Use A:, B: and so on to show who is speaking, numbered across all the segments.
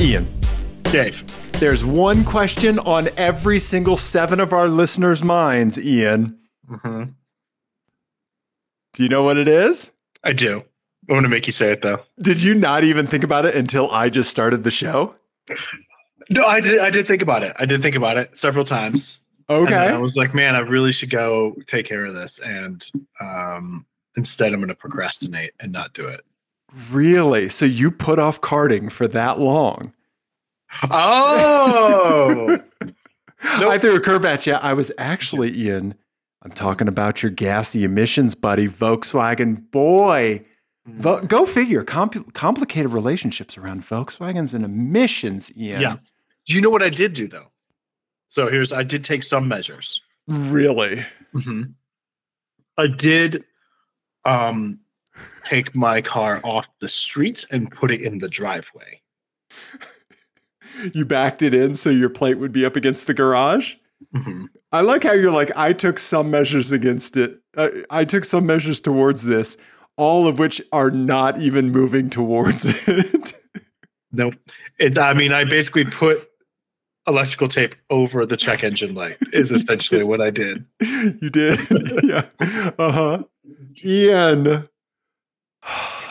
A: Ian,
B: Dave.
A: there's one question on every single seven of our listeners' minds, Ian.
B: hmm
A: Do you know what it is?
B: I do. I'm going to make you say it though.
A: Did you not even think about it until I just started the show?
B: No, I did. I did think about it. I did think about it several times. And then I
A: Okay.
B: was like, man, I really should go take care of this. And um, instead, I'm going to procrastinate and not do it.
A: Really? So you put off carding for that long?
B: Oh, Nope.
A: I threw a curve at you. I was actually, Ian, I'm talking about your gassy emissions, buddy, Volkswagen boy. Vo- go figure. Compl- complicated relationships around Volkswagens and emissions, Ian.
B: Yeah. you know what I did do though? So here's I did take some measures.
A: Really?
B: Mhm. I did um, take my car off the street and put it in the driveway.
A: You backed it in so your plate would be up against the garage?
B: Mhm.
A: I like how you're like, I took some measures against it. Uh, I took some measures towards this, all of which are not even moving towards it.
B: Nope. It, I mean, I basically put electrical tape over the check engine light, is essentially what I did.
A: you did. yeah. Uh huh. Ian.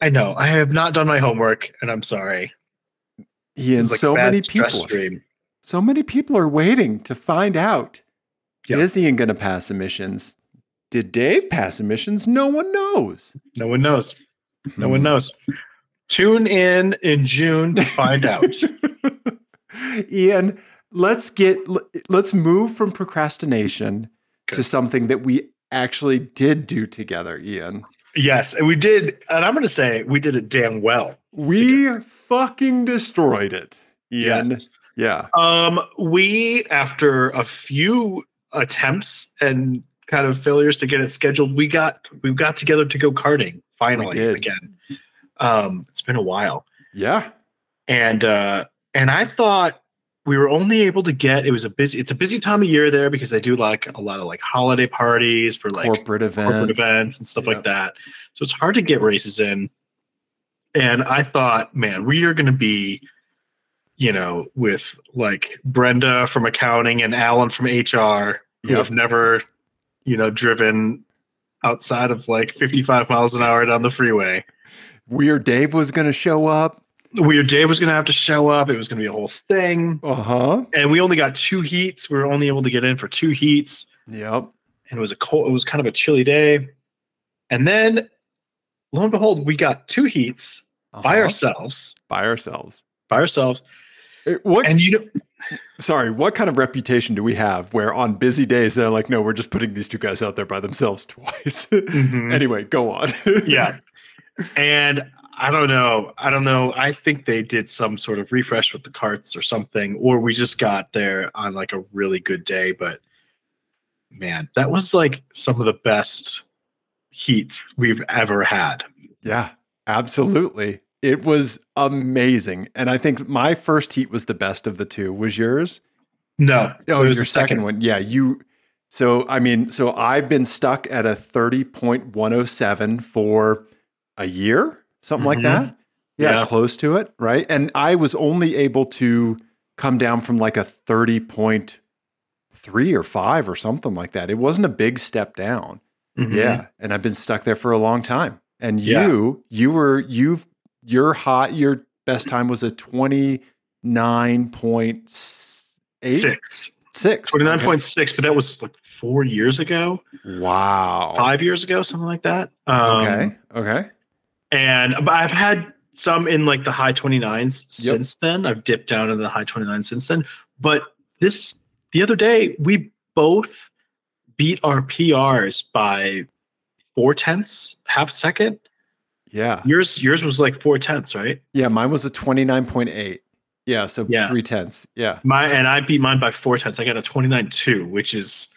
B: I know. I have not done my homework, and I'm sorry. This
A: Ian,
B: is like
A: so
B: a bad
A: many
B: stress
A: people.
B: Stream.
A: So many people are waiting to find out.
B: Yeah.
A: Is Ian going to pass emissions? Did Dave pass emissions? No one knows.
B: No one knows. No
A: Hmm.
B: one knows. Tune in in June to find out.
A: Ian, let's get l- let's move from procrastination
B: Okay.
A: to something that we actually did do together, Ian.
B: yes, and we did, and I'm going to say we did it damn well.
A: We fucking destroyed it. Ian.
B: Yes.
A: Yeah.
B: Um, we after a few attempts and kind of failures to get it scheduled, we got we got together to go karting finally
A: did.
B: again. Um, it's been a while,
A: Yeah.
B: and uh, and I thought we were only able to get it was a busy it's a busy time of year there because they do like a lot of like holiday parties for like
A: corporate events.
B: corporate events and stuff
A: Yeah.
B: like that. So it's hard to get races in. And I thought, man, we are going to be, you know, with like Brenda from accounting and Alan from HR who
A: Yep.
B: have never, you know, driven outside of like 55 miles an hour down the freeway.
A: Weird Dave was going to show up.
B: Weird Dave was going to have to show up. It was going to be a whole thing.
A: Uh huh.
B: And we only got two heats. We were only able to get in for two heats.
A: Yep.
B: and it was a cold it was kind of a chilly day and then lo and behold we got two heats by
A: Uh-huh.
B: ourselves
A: By ourselves.
B: by ourselves
A: Eh, What?
B: and you know
A: sorry. What kind of reputation do we have where on busy days they're like, no, we're just putting these two guys out there by themselves twice. anyway, go on.
B: Mm-hmm. yeah and i don't know i don't know i think they did some sort of refresh with the carts or something or we just got there on like a really good day but man that was like some of the best heats we've ever had
A: Yeah, absolutely. It was amazing. And I think my first heat was the best of the two. Was yours?
B: no
A: Oh, your
B: it was
A: second,
B: the second
A: one. Yeah, you. So, I mean, so I've been stuck at a 30.107 for a year, something
B: Mhm.
A: like that. Yeah,
B: Yeah.
A: close to it. Right. And I was only able to come down from like a
B: 30.3
A: three or five or something like that. It wasn't a big step down. Mm-hmm. Yeah, and I've been stuck there for a long time. And
B: Mm-hmm. Yeah.
A: you, you were you've your hot your best time was a twenty nine point eight
B: six
A: six.
B: 29.6 but that was like four years ago
A: Wow.
B: five years ago something like that um,
A: okay. Okay.
B: and but i've had some in like the high 29s
A: Yep.
B: since then i've dipped down to the high 29s since then but this the other day we both beat our prs by four tenths half a second
A: Yeah.
B: yours yours was like four tenths right
A: Yeah. Mine was a twenty nine point eight. Yeah. So
B: Yeah.
A: three tenths. Yeah.
B: my and i beat mine by four tenths i got a 29.2 which is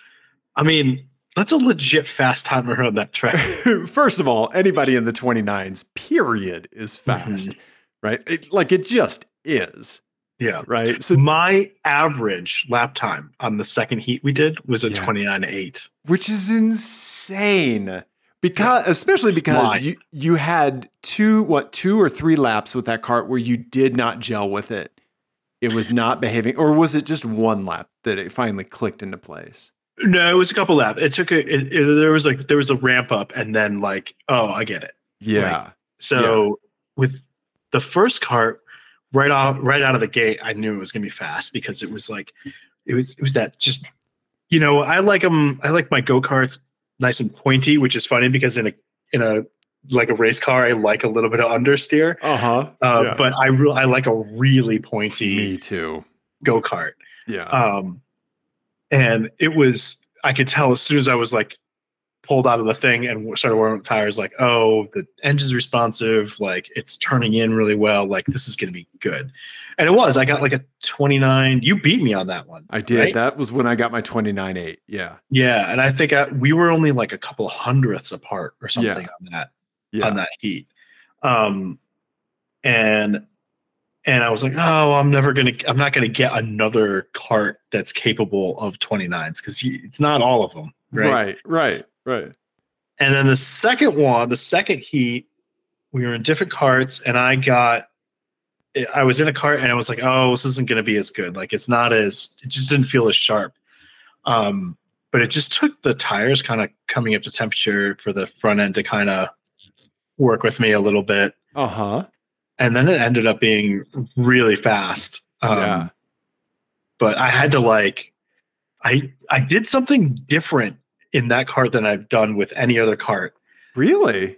B: i mean that's a legit fast time around that track
A: First of all, anybody in the twenty nines period is
B: Mm-hmm.
A: fast, right? It, like it just is,
B: yeah
A: right? So
B: So my average lap time on the second heat we did was a
A: Yeah.
B: 29.8.
A: which is insane. because especially because
B: Why?
A: you you had two what two or three laps with that cart where you did not gel with it. It was not behaving, or was it just one lap that it finally clicked into place?
B: No, it was a couple laps. It took a. It, it- there was like there was a ramp up, and then like, oh, I get it.
A: Yeah,
B: So with the first cart, right off, right out of the gate, I knew it was gonna be fast because it was like, it was it was that just, you know, I like them. I like my go karts nice and pointy, which is funny because in a in a like a race car, I like a little bit of understeer.
A: uh huh.
B: Uh,
A: Yeah.
B: But I re- I like a really pointy
A: Me too.
B: go kart.
A: Yeah,
B: Um, and it was, I could tell as soon as I was like pulled out of the thing and w- started wearing tires, like, oh, the engine's responsive, like it's turning in really well, like this is going to be good. And it was, I got like a 29. You beat me on that one.
A: I did.
B: right?
A: That was when I got my twenty nine eight. Yeah,
B: Yeah. And I think I, we were only like a couple hundredths apart or something on that
A: yeah.
B: on that heat. Um, and and I was like, oh, I'm never gonna, I'm not gonna get another cart that's capable of 29s because it's not all of them, right?
A: right, right, right.
B: And then the second one, the second heat, we were in different carts, and I got, I was in a cart, and I was like, oh, this isn't gonna be as good. Like it's not as, it just didn't feel as sharp. Um, but it just took the tires kind of coming up to temperature for the front end to kind of work with me a little bit
A: Uh huh.
B: and then it ended up being really fast. Um,
A: yeah.
B: But I had to like, I I did something different in that cart than I've done with any other cart.
A: Really?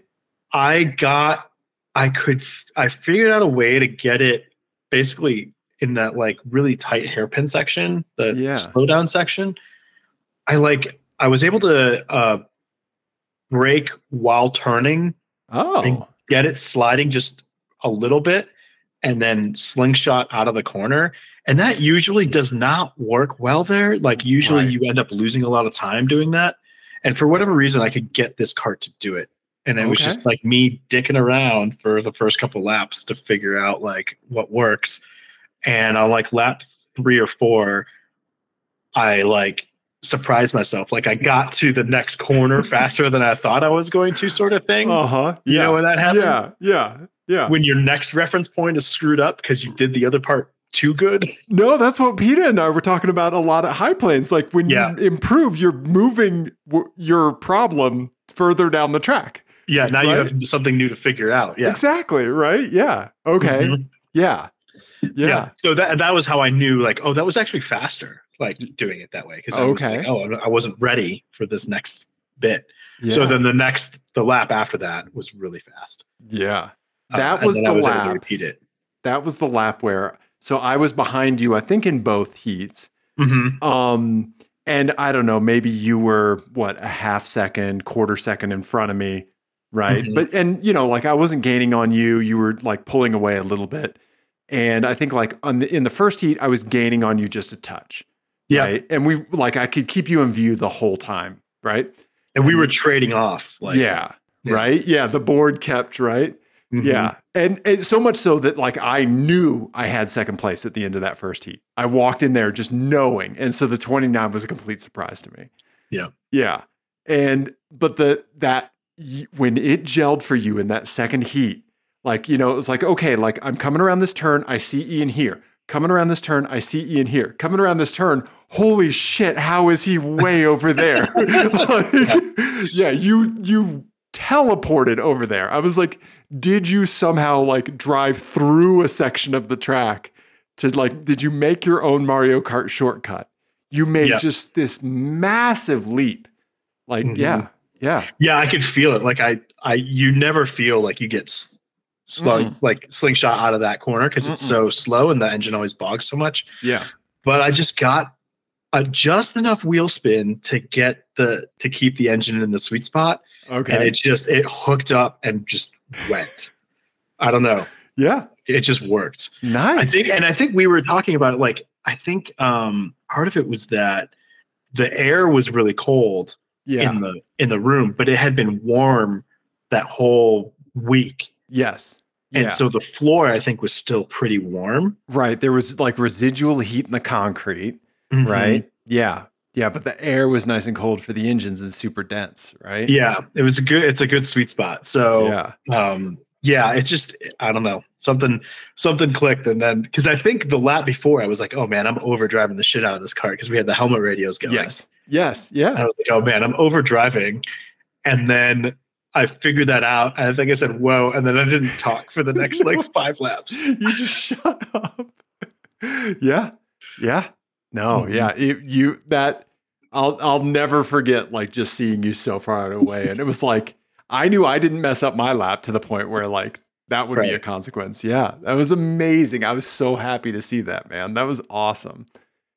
B: I got, I could, f- I figured out a way to get it basically in that like really tight hairpin section, the
A: Yeah.
B: slowdown section. I like, I was able to uh, brake while turning
A: Oh,
B: And- get it sliding just a little bit and then slingshot out of the corner and that usually does not work well there like usually
A: Right.
B: you end up losing a lot of time doing that and for whatever reason i could get this cart to do it and it was
A: Okay.
B: just like me dicking around for the first couple laps to figure out like what works and on like lap three or four i like surprised myself like i got to the next corner faster than i thought i was going to sort of thing
A: uh huh.
B: you know
A: Yeah.
B: when that happens
A: yeah, yeah, yeah.
B: when your next reference point is screwed up because you did the other part too good.
A: No, that's what Peta and I were talking about a lot at High Plains. Like when
B: Yeah.
A: you improve, you're moving w- your problem further down the track.
B: Yeah, now you
A: Right.
B: have something new to figure out. Yeah.
A: Exactly, right? Yeah. Okay.
B: Mhm.
A: Yeah. yeah.
B: Yeah. So that that was how I knew, like, oh, that was actually faster, like doing it that way because I
A: Okay.
B: was like, oh, I wasn't ready for this next bit.
A: Yeah.
B: So then the next, the lap after that was really fast.
A: yeah.
B: Uh,
A: That
B: and
A: was
B: then
A: the
B: I able to
A: lap.
B: Repeat it.
A: That was the lap where so I was behind you I think in both heats.
B: Mhm.
A: Um and I don't know, maybe you were what a half second, quarter second in front of me, right?
B: Mhm.
A: But and you know, like I wasn't gaining on you, you were like pulling away a little bit. And I think like on the in the first heat I was gaining on you just a touch,
B: Yeah.
A: right? And we like I could keep you in view the whole time, right?
B: And we were trading off. Like,
A: yeah,
B: Yeah.
A: right? Yeah, the board kept, right?
B: Mhm.
A: Yeah. And, and so much so that like I knew I had second place at the end of that first heat. I walked in there just knowing. And so the 29 was a complete surprise to me.
B: Yeah.
A: Yeah. And but the that y- when it gelled for you in that second heat, like you know, it was like okay, like I'm coming around this turn, I see Ian here. Coming around this turn, I see Ian here. Coming around this turn, holy shit, how is he way over there? Like, yeah, you you teleported over there. I was like, did you somehow like drive through a section of the track to like did you make your own Mario Kart shortcut? You made
B: Yeah.
A: just this massive leap. Like,
B: Mhm.
A: yeah, yeah.
B: Yeah, I could feel it. Like I, I, you never feel like you get s- slung, like slingshot out of that corner because it's
A: Mm. Mm-mm.
B: so slow and the engine always bogs so much.
A: Yeah.
B: But I just got uh, just enough wheel spin to get the to keep the engine in the sweet spot, and
A: Okay.
B: it just it hooked up and just went. I don't know.
A: yeah.
B: It just worked.
A: Nice.
B: I think, and I think we were talking about it. Like I think um part of it was that the air was really cold
A: yeah.
B: in the in the room, but it had been warm that whole week.
A: yes.
B: And
A: yeah.
B: so the floor I think was still pretty warm.
A: Mm-hmm. right. There was like residual heat in the concrete. Right. Yeah. Yeah, but the air was nice and cold for the engines and super dense, right?
B: Yeah, it was a good. It's a good sweet spot. So
A: Yeah.
B: um yeah it just i don't know something something clicked and then because i think the lap before i was like oh man i'm overdriving the shit out of this car because we had the helmet radios going
A: Yes. Yes. Yeah.
B: and i was like oh man i'm overdriving and then i figured that out and i think i said whoa and then i didn't talk for the next like five laps
A: you just shut up. Yeah. Yeah. No,
B: Mhm.
A: yeah. It, you that I'll I'll never forget like just seeing you so far away. And it was like I knew I didn't mess up my lap to the point where like that would be a
B: Right.
A: consequence. Yeah. That was amazing. I was so happy to see that, man. That was awesome.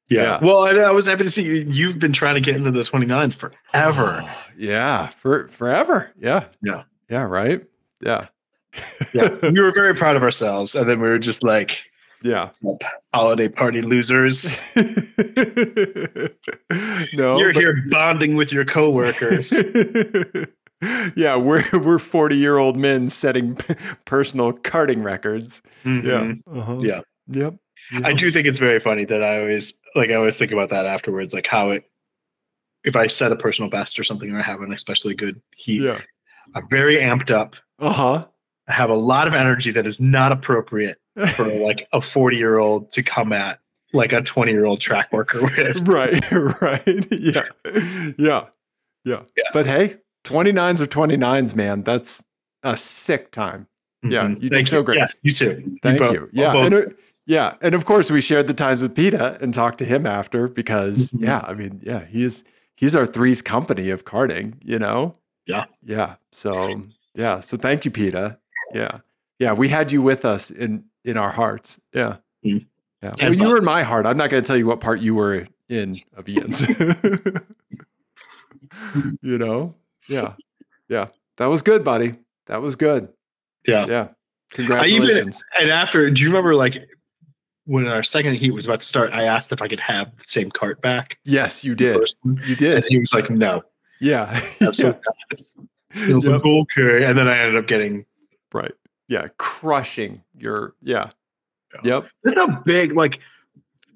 A: Yeah.
B: well I, I was happy to see you you've been trying to get into the 29s forever
A: Yeah. For forever. Yeah.
B: Yeah.
A: Yeah, right? Yeah.
B: yeah we were very proud of ourselves and then we were just like
A: Yeah.
B: holiday party losers
A: no.
B: you're
A: Oh, but-
B: here bonding with your coworkers
A: yeah, we're we're forty year old men setting p- personal karting records.
B: Mhm.
A: Yeah, uh-huh.
B: Yeah.
A: yep.
B: I
A: Yep.
B: do think it's very funny that I always like I always think about that afterwards, like how it if I set a personal best or something or I have an especially good heat,
A: Yeah.
B: I'm very amped up.
A: Uh
B: I have a lot of energy that is not appropriate for
A: huh.
B: like a 40 year old to come at like a 20 year old track worker with.
A: right. Right. Yeah. Yeah. Yeah.
B: Yeah.
A: But hey, twenty nines are twenty nines, man. That's a sick time. Yeah,
B: Mhm.
A: you did
B: Thank
A: so great.
B: Yes, you too.
A: Thank
B: both-
A: you. Yeah.
B: both-
A: And, uh, yeah. And of course we shared the times with PETA and talked to him after because
B: Mhm.
A: yeah, I mean, yeah, he's he's our threes company of karting, you know?
B: Yeah.
A: Yeah. So yeah. So thank you, PETA. Yeah. Yeah. We had you with us in in our hearts. Yeah.
B: Mhm.
A: Yeah.
B: And
A: well, you
B: bus-
A: were in my heart. I'm not gonna tell you what part you were in of Ian's. you know? Yeah. Yeah. That was good, buddy. That was good.
B: Yeah.
A: Yeah. Congratulations.
B: and after do you remember like when our second heat was about to start, I asked if I could have the same cart back.
A: Yes, you
B: the
A: did.
B: first one,
A: You
B: And
A: did.
B: he was like, no,
A: Yeah.
B: absolutely
A: Yeah.
B: It was
A: Yep.
B: like, okay. And then I ended up getting
A: Right. Yeah. Crushing your yeah.
B: Yeah.
A: Yep.
B: that's a big like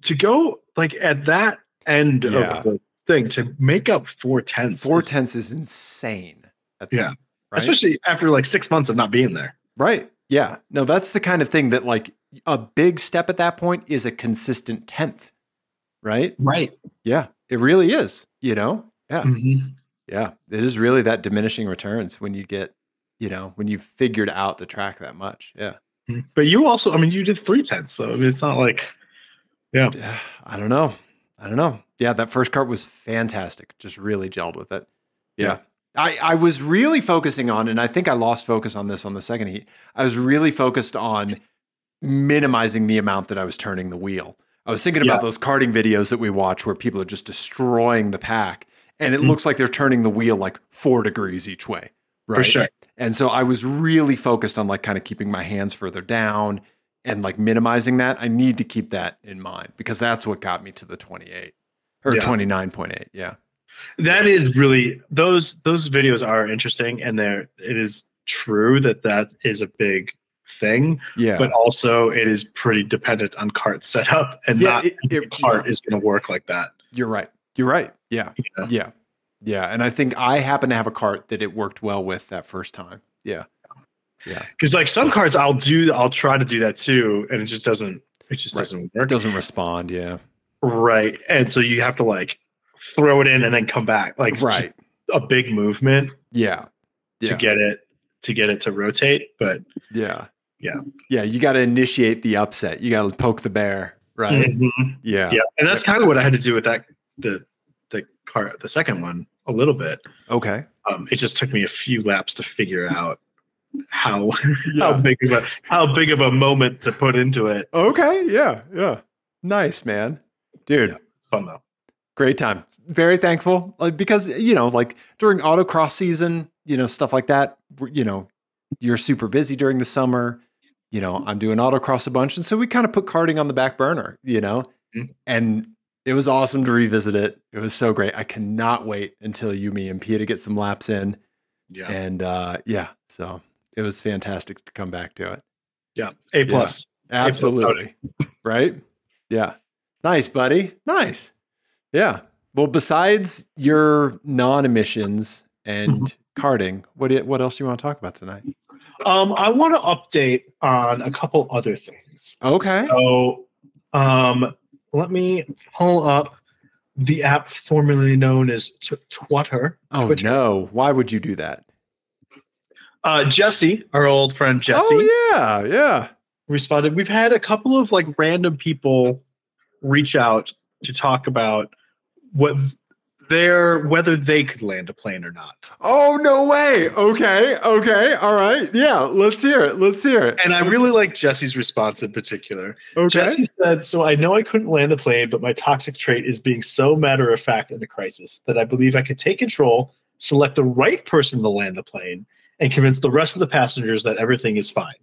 B: to go like at that end
A: Yeah.
B: of the thing to make up four tenths.
A: Four tenths is insane. at the-
B: Yeah.
A: Right?
B: Especially after like six months of not being there.
A: right. Yeah. No, that's the kind of thing that like a big step at that point is a consistent tenth. Right?
B: Right.
A: Yeah. It really is, you know? Yeah.
B: Mm-hmm.
A: Yeah. It is really that diminishing returns when you get, you know, when you've figured out the track that much. Yeah.
B: Mm-hmm. But you also, I mean, you did three tenths. So I mean, it's not like,
A: Yeah, uh, I don't know. I don't know. Yeah, that first cart was fantastic. Just really gelled with it. Yeah.
B: Yeah.
A: I, I was really focusing on, and I think I lost focus on this on the second heat. I was really focused on minimizing the amount that I was turning the wheel. I was thinking about
B: Yeah.
A: those karting videos that we watch where people are just destroying the pack and it
B: Mhm.
A: looks like they're turning the wheel like four degrees each way. Right.
B: for sure.
A: And so I was really focused on like kind of keeping my hands further down and like minimizing that. I need to keep that in mind because that's what got me to the 28 or
B: Yeah.
A: 29.8. Yeah.
B: That is really, those, those videos are interesting. And they're, it is true that that is a big thing,
A: Yeah.
B: but also it is pretty dependent on cart setup and
A: Yeah,
B: not
A: it-
B: every
A: it-
B: cart is going to work like that.
A: You're right. You're right. Yeah.
B: you know?
A: Yeah. Yeah. And I think I happen to have a cart that it worked well with that first time. Yeah.
B: Because like some cards, I'll do, I'll try to do that too, and it just doesn't, it just
A: Right.
B: doesn't
A: It
B: work
A: doesn't respond. Yeah.
B: right. And so you have to like throw it in and then come back, like just
A: Right.
B: a big movement
A: Yeah. Yeah.
B: to get it to get it to rotate. But
A: Yeah.
B: Yeah.
A: Yeah. You got to initiate the upset. You got to poke the bear. Right.
B: Mhm.
A: Yeah.
B: yeah, and that's kind of what I had to do with that the the card, the second one, a little bit.
A: Okay.
B: Um, it just took me a few laps to figure out how how
A: Yeah.
B: big of a how big of a moment to put into it.
A: Okay. Yeah. Yeah. Nice, man. Dude,
B: Yeah. Fun though.
A: great time. Very thankful like, because, you know, like during autocross season, you know, stuff like that, we're- you know, you're super busy during the summer. You know, I'm doing autocross a bunch. And so we kind of put karting on the back burner, you know,
B: Mhm.
A: and it was awesome to revisit it. It was so great. I cannot wait until you, me, and Pia to get some laps in.
B: Yeah,
A: And uh, yeah, so it was fantastic to come back to it.
B: yeah. A plus.
A: Absolutely. right? Yeah. Nice, buddy. Nice. Yeah. Well, besides your non-emissions and karting, what do- what else do you want to talk about tonight?
B: Um, I want to update on a couple other things.
A: Okay.
B: So, um, let me pull up the app formerly known as T- Twitter.
A: Oh
B: Which-
A: no! Why would you do that?
B: Uh, Jesse, our old friend Jesse,
A: Oh yeah, yeah.
B: responded. We've had a couple of like random people reach out to talk about what their whether they could land a plane or not.
A: Oh no way. Okay, okay, all right. Yeah, let's hear it. Let's hear it.
B: And I really like Jesse's response in particular.
A: Okay.
B: Jesse said, So I know I couldn't land the plane, but my toxic trait is being so matter of fact in a crisis that I believe I could take control, select the right person to land the plane, and convince the rest of the passengers that everything is fine.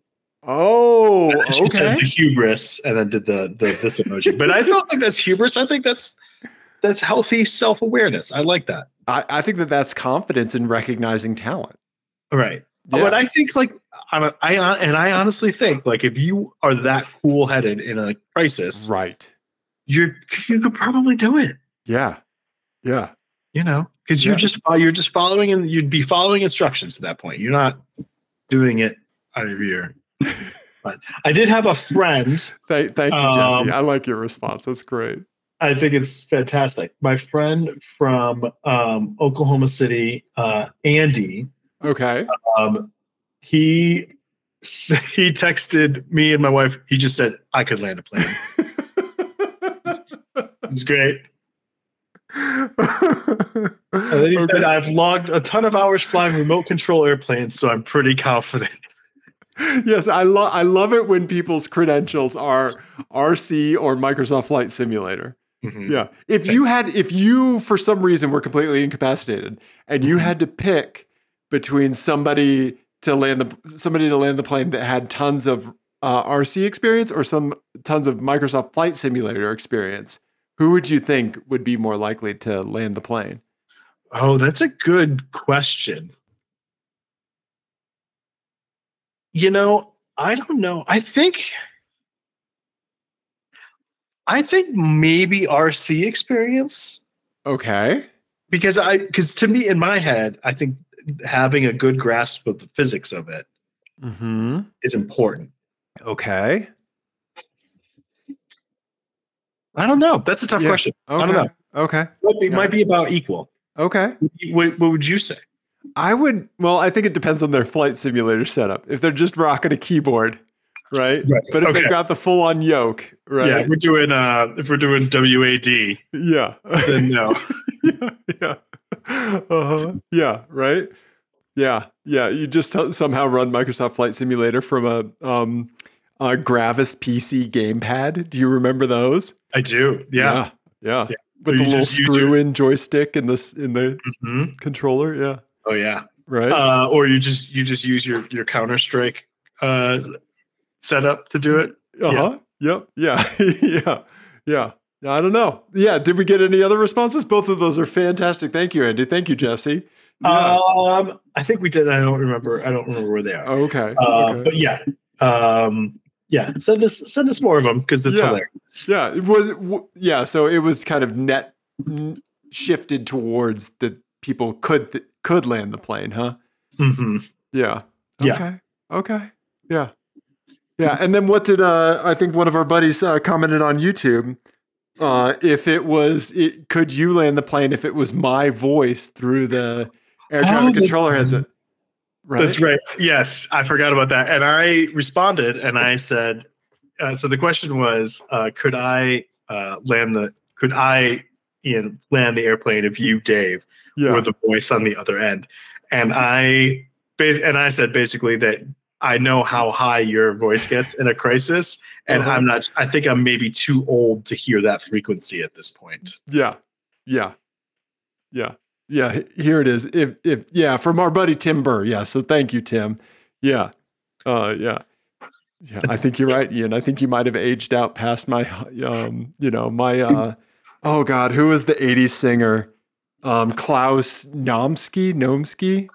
A: Oh,
B: And she
A: okay.
B: said the hubris and then did the, the this emoji. but I don't think that's hubris. I think that's that's healthy self awareness. I like that.
A: I, I think that that's confidence in recognizing talent.
B: All right.
A: Yeah.
B: But I think like I'm a, I hon- and I honestly think like if you are that cool headed in a crisis,
A: right.
B: you're you could probably do it.
A: Yeah. Yeah.
B: you know because
A: Yeah.
B: you're just fo- you're just following and you'd be following instructions at that point you're not doing it out of your but i did have a friend
A: Thank, thank you,
B: Um,
A: Jesse. I like your response. That's great.
B: i think it's fantastic my friend from um, oklahoma city uh, andy
A: Okay.
B: um, he s- he texted me and my wife he just said i could land a plane it's great and then he uh, said uh, i've logged a ton of hours flying remote control airplanes so i'm pretty confident
A: yes, I love I love it when people's credentials are RC or Microsoft Flight Simulator. Yeah. If you had if you for some reason were completely incapacitated and you
B: Mhm.
A: had to pick between somebody to land the somebody to land the plane that had tons of uh, RC experience or some tons of Microsoft Flight Simulator experience, who would you think would be more likely to land the plane?
B: Oh, that's a good question. You know, I don't know. I think I think maybe RC experience
A: Okay.
B: because I because to me in my head, I think having a good grasp of the physics of it
A: Mm-hmm.
B: is important.
A: Okay.
B: I don't know. That's a tough
A: Yeah.
B: question.
A: Okay.
B: don't know.
A: Okay.
B: Might be,
A: Yeah.
B: might be about equal.
A: Okay.
B: What, what would you say?
A: I would. Well, I think it depends on their flight simulator setup. If they're just rocking a keyboard, right?
B: Right,
A: But if
B: okay.
A: they've got the full on yoke,
B: Yeah, if
A: right?
B: we're doing uh if we're doing WAD,
A: Yeah. Yeah.
B: then no.
A: yeah. Yeah. Uh-huh. yeah. Right. Yeah. Yeah. You just t- somehow run Microsoft Flight Simulator from a um, a Gravis PC gamepad. Do you remember those?
B: I do. Yeah.
A: Yeah.
B: Yeah.
A: With the
B: You
A: little
B: just- you do-
A: screw in joystick in the s- in the
B: Mhm.
A: controller. Yeah.
B: Oh yeah.
A: Right.
B: uh, or you just you just use your your Counter Strike uh, setup to do it.
A: Uh-huh. Yep. Yeah. yeah. Yeah. Yeah. I don't know. Yeah. Did we get any other responses? Both of those are fantastic. Thank you, Andy. Thank you, Jesse. Yeah.
B: Um, I think we did. I don't remember. I don't remember where they are.
A: okay.
B: Uh,
A: Oh, okay.
B: But yeah, um, yeah. Send us send us more of them because it's
A: Yeah.
B: hilarious.
A: Yeah. It was. w- Yeah. So it was kind of net n- shifted towards that people could th- could land the plane, huh?
B: hmm
A: Yeah.
B: Yeah.
A: Okay. Okay. Yeah. Yeah. And then what did uh I think one of our buddies uh, commented on YouTube uh if it was it could you land the plane if it was my voice through the air
B: Oh,
A: traffic
B: that's-
A: controller headset. Right.
B: That's right. Yes, I forgot about that. And I responded and I said, uh, so the question was, uh, could I uh, land the could I Ian, land the airplane if you, Dave,
A: Yeah.
B: or the voice on the other end. And I bas- and I said basically that I know how high your voice gets in a crisis, and
A: Uh-huh.
B: I'm not. I think I'm maybe too old to hear that frequency at this point.
A: Yeah. Yeah. Yeah. Yeah. H- Here it is. If if yeah, from our buddy Tim Burr. Yeah. So thank you, Tim. Yeah. Uh yeah. Yeah. I think you're right, Ian. I think you might have aged out past my um, you know, my uh oh god, who was the 80s singer? Um Klaus Nomsky, Nomsky.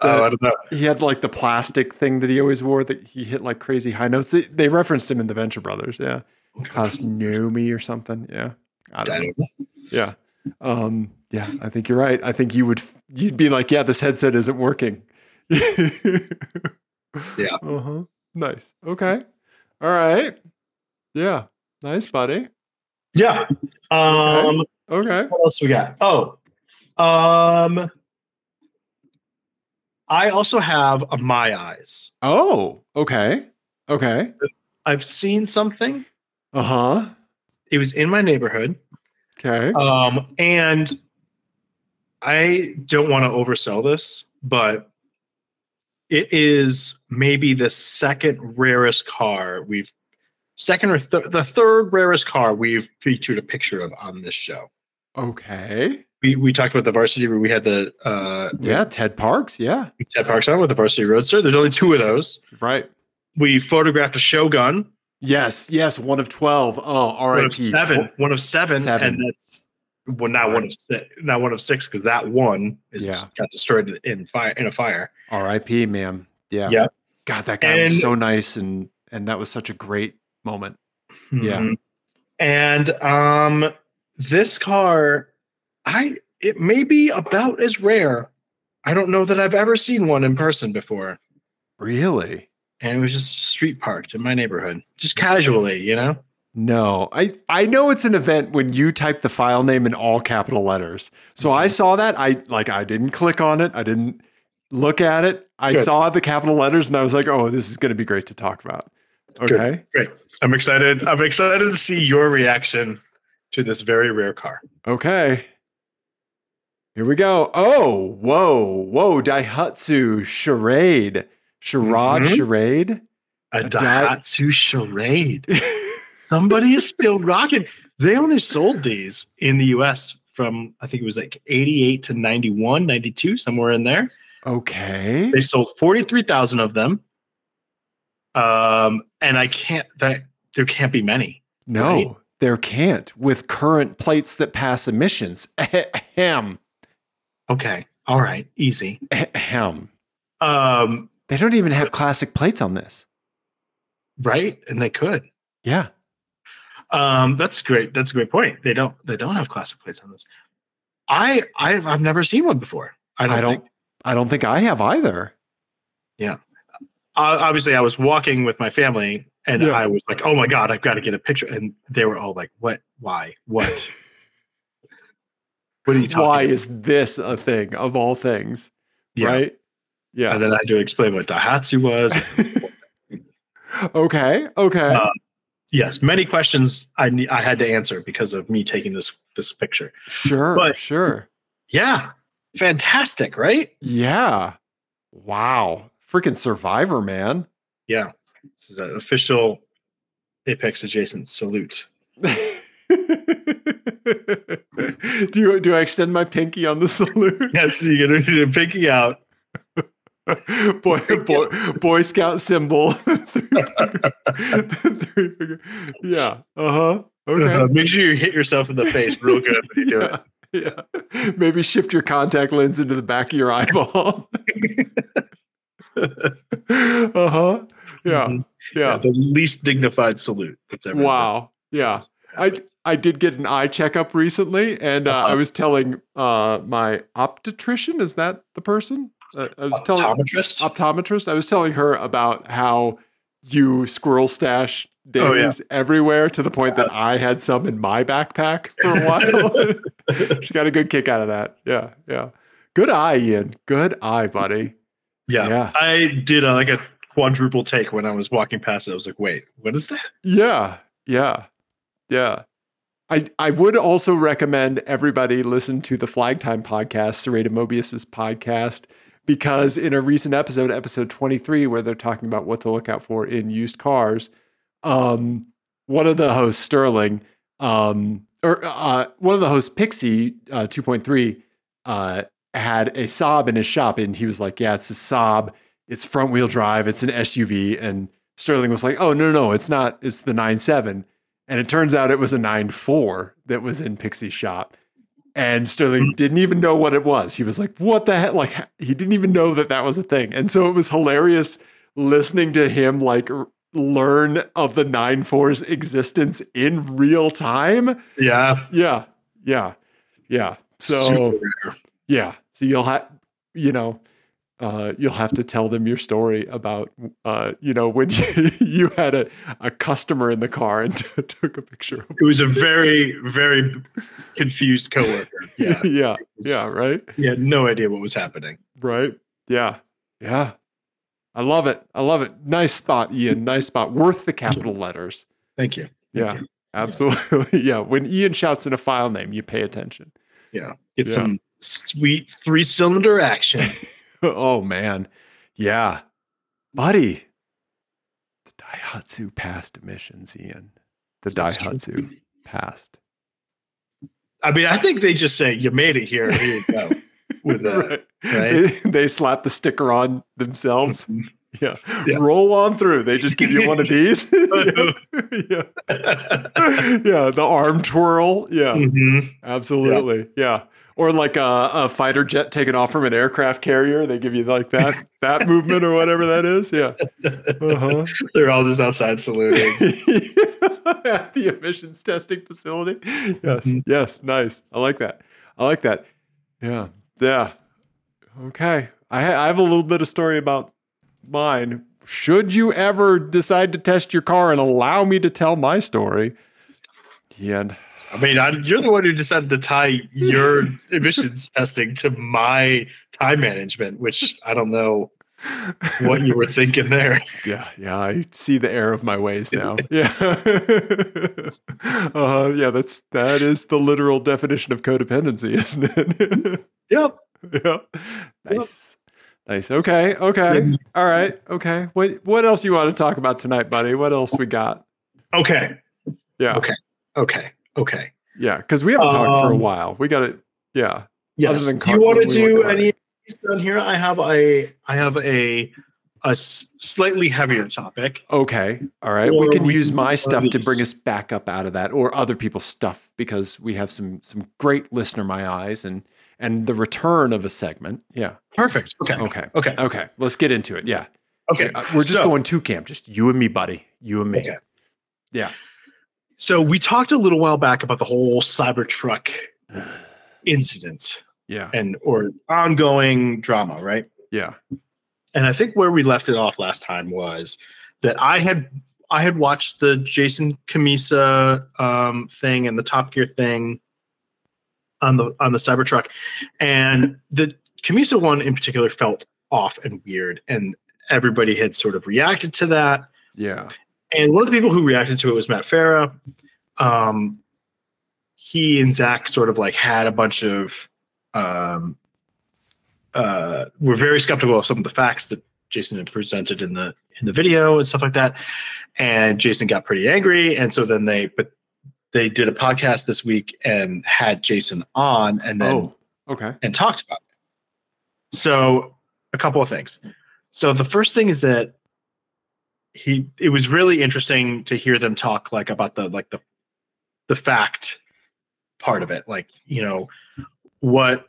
B: oh, I don't know.
A: He had like the plastic thing that he always wore that he hit like crazy high notes. They, they referenced him in the Venture Brothers, yeah. Klaus Nomi or something. Yeah. I
B: I
A: don't know.
B: don't know.
A: Yeah. Um, yeah, I think you're right. I think you would you'd be like, yeah, this headset isn't working.
B: Yeah.
A: Uh huh. Nice. Okay. All right. Yeah. Nice, buddy.
B: Yeah. Um,
A: Okay.
B: what else we got? Oh, um, I also have a My Eyes.
A: Oh. Okay. Okay.
B: I've seen something.
A: Uh huh.
B: It was in my neighborhood,
A: Okay.
B: um, and I don't want to oversell this, but it is maybe the second rarest car we've second or thir- the third rarest car we've featured a picture of on this show.
A: Okay.
B: We, we talked about the varsity where we had the uh,
A: Yeah. Ted Parks. Yeah.
B: Ted Parks on with the Varsity Roadster. There's only two of those.
A: Right.
B: We photographed a Shogun,
A: Yes. Yes. One of 12. Oh,
B: one of
A: RIP.
B: seven, one of seven,
A: Seven.
B: and that's well, not one of six, not one of six, because that one is
A: Yeah.
B: got destroyed in fire in a fire.
A: RIP, man. Yeah.
B: Yeah.
A: God, that guy
B: And-
A: was so nice, and and that was such a great moment. Yeah.
B: Mhm. and um, this car, I it may be about as rare. I don't know that I've ever seen one in person before,
A: Really?
B: and it was just street parked in my neighborhood, just casually, you know.
A: No, I I know it's an event when you type the file name in all capital letters. So
B: Mm-hmm.
A: I saw that. I like I didn't click on it. I didn't look at it. I
B: Good.
A: saw the capital letters, and I was like, oh, this is going to be great to talk about. Okay.
B: I'm excited. I'm excited to see your reaction to this very rare car.
A: Okay. Here we go. Oh, whoa, whoa, Daihatsu charade, charade,
B: Mhm.
A: charade.
B: A
A: A Dai-
B: Daihatsu Charade. Somebody is still rocking. They only sold these in the US from I think it was like 88 to 91, 92, somewhere in there.
A: Okay.
B: They sold 43,000 of them. Um and I can't that there can't be many.
A: No,
B: right?
A: there can't with current plates that pass emissions. Ahem.
B: Okay. All right. Easy.
A: Ahem.
B: Um
A: They don't even have classic plates on this.
B: right? And they could.
A: Yeah.
B: Um, that's great. That's a great point. They don't. They don't have classic plates on this. I I've, I've never seen one before. I don't.
A: I don't
B: think.
A: I don't think I have either.
B: Uh, obviously, I was walking with my family, and
A: Yeah.
B: I was like, "Oh my god, I've got to get a picture." And they were all like, "What? Why? What? what are you talking?"
A: Why
B: about?
A: is this a thing of all things?
B: Yeah.
A: Right?
B: And
A: Yeah.
B: then I had to explain what Daihatsu was.
A: okay. Okay.
B: Uh, yes, many questions I ne- I had to answer because of me taking this this picture.
A: sure.
B: but-
A: sure.
B: Yeah, fantastic, right?
A: Yeah. Wow. Freaking survivor, man.
B: Yeah, this is an official Apex adjacent salute.
A: do you, do I extend my pinky on the salute?
B: Yes, you're gonna do the pinky out.
A: boy, boy, boy Scout symbol. Three finger. yeah. Uh huh.
B: Uh,
A: Okay.
B: make sure you hit yourself in the face real good when you do it.
A: Yeah. yeah. Maybe shift your contact lens into the back of your eyeball. uh huh. Yeah.
B: Mhm.
A: Yeah.
B: The least dignified salute that's ever.
A: Wow. Yeah. I I did get an eye checkup recently, and uh, I was telling uh, my obstetrician. Is that the person? Uh, I was telling
B: optometrist.
A: optometrist. I was telling her about how you squirrel stash
B: Oh,
A: dailies everywhere to the point that I had some in my backpack for a while. she got a good kick out of that. Yeah, yeah. Good eye, Ian. Good eye, buddy.
B: yeah.
A: yeah.
B: I did uh, like a quadruple take when I was walking past it. I was like, wait, what is that?
A: Yeah, yeah, yeah. I I would also recommend everybody listen to the Flag Time podcast, Serena Mobius's podcast, because in a recent episode, episode twenty three, where they're talking about what to look out for in used cars, um, one of the hosts, Sterling, um, or uh, one of the hosts, Pixie uh, two point three, uh, had a Saab in his shop, and he was like, "Yeah, it's a Saab. It's front wheel drive. It's an SUV." And Sterling was like, "Oh no, no, it's not. It's the 9.7. And it turns out it was a 9.4 that was in Pixie's shop. And Sterling didn't even know what it was. He was like, "What the heck?" Like he didn't even know that that was a thing. And so it was hilarious listening to him like r- learn of the 9.4's existence in real time.
B: Yeah.
A: Yeah, yeah, Yeah. So yeah. So you'll have you know uh, you'll have to tell them your story about uh, you know when you, you had a, a customer in the car and t- took a picture.
B: it was a very very confused coworker. Yeah,
A: yeah. Yeah. Right.
B: he had no idea what was happening.
A: Right. Yeah. Yeah. I love it. I love it. Nice spot, Ian. Nice spot. Worth the capital letters.
B: Thank you.
A: Yeah. Absolutely. Yeah. When Ian shouts in a file name, you pay attention.
B: Yeah, get
A: Yeah.
B: some sweet three cylinder action.
A: oh man. Yeah. Buddy. The Daihatsu passed emissions, Ian. The
B: That's true.
A: Daihatsu passed.
B: I mean, I think they just say you made it here. Here you go. With that,
A: Right. They, they slap the sticker on themselves. Yeah.
B: Mm-hmm. Yeah.
A: Roll on through. They just give you one of these. yeah. yeah. Yeah. The arm twirl. Yeah.
B: Mhm.
A: Absolutely. Yeah. Or like a, a fighter jet taking off from an aircraft carrier. They give you like that that movement or whatever that is. Yeah. Uh-huh.
B: They're all just outside saluting.
A: At the emissions testing facility. Yes.
B: Mhm.
A: Yes. Nice. I like that. I like that. Yeah. Yeah. Okay. I, ha- I have a little bit of story about mine. Should you ever decide to test your car and allow me to tell my story? Ian,
B: I mean, I, you're the one who decided to tie your emissions testing to my time management, which I don't know what you were thinking there.
A: Yeah, yeah, I see the error of my ways now. yeah, uh, yeah, that's that is the literal definition of codependency, isn't it?
B: Yep.
A: yeah, nice, nice. Okay, okay, all right, okay. What what else you want to talk about tonight, buddy? What else we got?
B: Okay.
A: Yeah,
B: Okay. Okay. Okay.
A: yeah, because we haven't talked for a
B: Um, while.
A: while. We got to, yeah,
B: Yes.
A: than
B: Do
A: cart-
B: you want
A: we
B: to
A: want
B: do
A: cart.
B: any of these down here? I have a I have a a s- slightly heavier topic.
A: okay, all right. we
B: Or
A: can
B: we
A: use
B: can
A: my
B: do
A: stuff to bring
B: these.
A: us back up out of that, or other people's stuff, because we have some some great listener my eyes and and the return of a segment. Yeah.
B: Perfect. Okay.
A: Okay.
B: Okay.
A: Okay. Let's get into it. Yeah.
B: Okay.
A: Uh, We're just
B: So-
A: going two camp, just you and me, buddy. You and me.
B: Okay.
A: Yeah.
B: So we talked a little while back about the whole Cybertruck incident
A: Yeah.
B: and or ongoing drama, right?
A: Yeah.
B: and I think where we left it off last time was that I had I had watched the Jason Kamisa um, thing and the Top Gear thing on the on the Cybertruck, and the Kamisa one in particular felt off and weird, and everybody had sort of reacted to that.
A: Yeah.
B: And one of the people who reacted to it was Matt Farah. Um, he and Zach sort of like had a bunch of um, uh, were very skeptical of some of the facts that Jason had presented in the in the video and stuff like that. And Jason got pretty angry, and so then they but they did a podcast this week and had Jason on, and then
A: oh. Okay.
B: and talked about it. So, a couple of things. So, the first thing is that he it was really interesting to hear them talk like about the like the the fact part of it, like, you know, what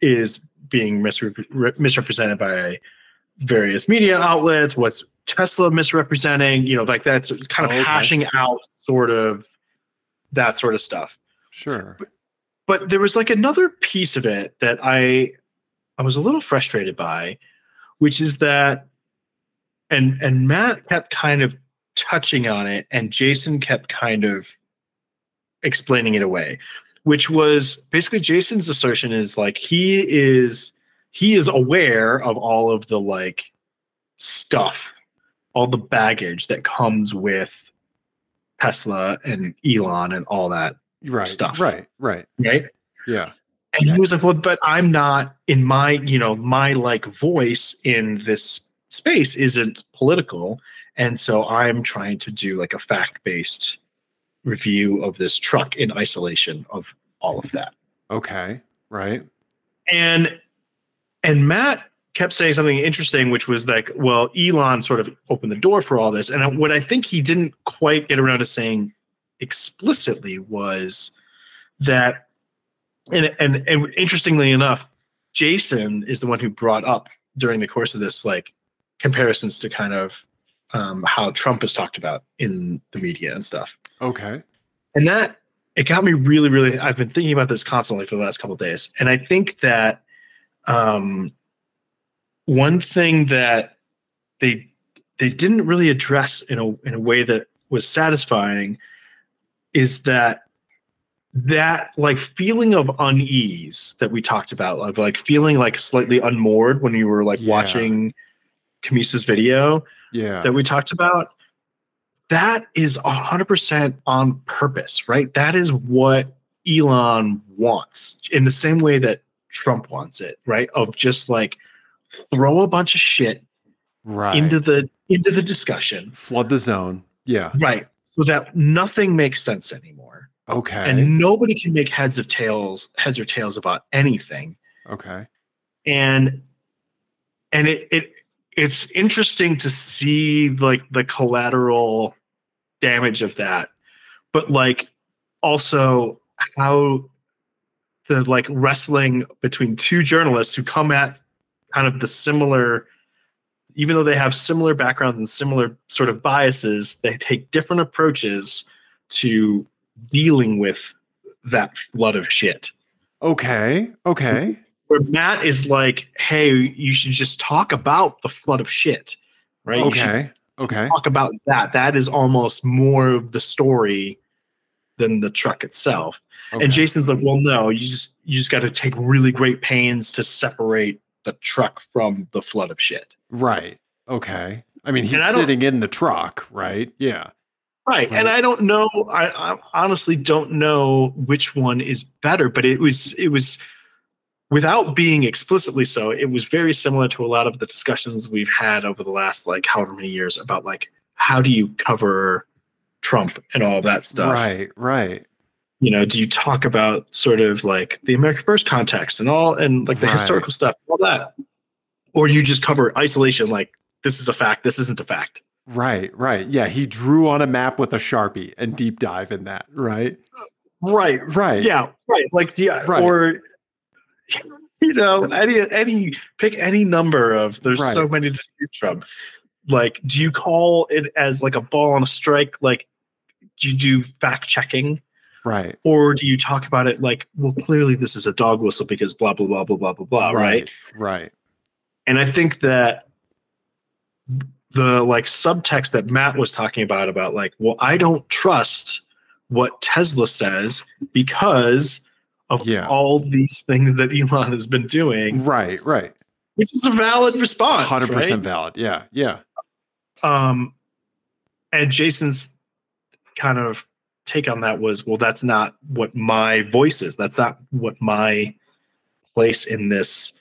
B: is being misrep- re- misrepresented by various media outlets, what's Tesla misrepresenting, you know, like that's kind of
A: Oh, okay.
B: hashing out sort of that sort of stuff
A: Sure.
B: but there was like another piece of it that i i was a little frustrated by which is that and and matt kept kind of touching on it and jason kept kind of explaining it away which was basically jason's assertion is like he is he is aware of all of the like stuff all the baggage that comes with tesla and elon and all that
A: Right.
B: Stuff.
A: Right. Right.
B: right
A: Yeah.
B: and he was like, "Well, but I'm not in my, you know, my like voice in this space isn't political, and so I'm trying to do like a fact based review of this truck in isolation of all of that."
A: Okay. Right.
B: And and Matt kept saying something interesting, which was like, "Well, Elon sort of opened the door for all this," and what I think he didn't quite get around to saying explicitly was that and and and interestingly enough, Jason is the one who brought up during the course of this like comparisons to kind of um, how Trump is talked about in the media and stuff,
A: Okay.
B: and that it got me really, really. I've been thinking about this constantly for the last couple of days, and I think that um, one thing that they they didn't really address in a in a way that was satisfying is that that like feeling of unease that we talked about of like feeling like slightly unmoored when you were like
A: Yeah.
B: watching Camisa's video
A: Yeah.
B: that we talked about that is 100% on purpose right that is what elon wants in the same way that trump wants it right of just like throw a bunch of shit
A: right.
B: into the into the discussion
A: Flood the zone. Yeah.
B: right so that nothing makes sense anymore
A: Okay.
B: and nobody can make heads of tails heads or tails about anything
A: okay.
B: and and it it it's interesting to see like the collateral damage of that but like also how the like wrestling between two journalists who come at kind of the similar even though they have similar backgrounds and similar sort of biases they take different approaches to dealing with that flood of shit
A: Okay. Okay.
B: where Matt is like, "Hey, you should just talk about the flood of shit, right? You should
A: Okay. Okay.
B: talk about that. That is almost more of the story than the truck itself."
A: okay.
B: And Jason's like, "Well, no, you just you just got to take really great pains to separate the truck from the flood of shit,
A: Right. Okay. I mean,
B: And I
A: he's
B: don't-
A: sitting in the truck, right? Yeah.
B: right?" And
A: Right.
B: I don't know. I, I honestly don't know which one is better, but it was it was. Without being explicitly so, it was very similar to a lot of the discussions we've had over the last like however many years about like how do you cover Trump and all of that stuff.
A: Right. Right.
B: You know, do you talk about sort of like the America First context and all and like the
A: Right.
B: historical stuff, all that? Or you just cover isolation like this is a fact, this isn't a fact.
A: Right. Right. Yeah. He drew on a map with a sharpie and deep dive in that. Right.
B: Right.
A: Right.
B: Yeah, right. Like yeah,
A: Right.
B: or you know, any any pick any number of there's so
A: Right.
B: many to choose from. Like, do you call it as like a ball on a strike? Like, do you do fact checking,
A: Right.
B: or do you talk about it like, well, clearly this is a dog whistle because blah blah blah blah blah blah blah, right?
A: Right.
B: and i think that the like subtext that matt was talking about about like well i don't trust what tesla says because of
A: Yeah.
B: all these things that elon has been doing
A: Right. Right.
B: which is a valid response
A: Hundred percent
B: right?
A: valid. Yeah. Yeah.
B: um and jason's kind of take on that was well that's not what my voice is that's not what my place in this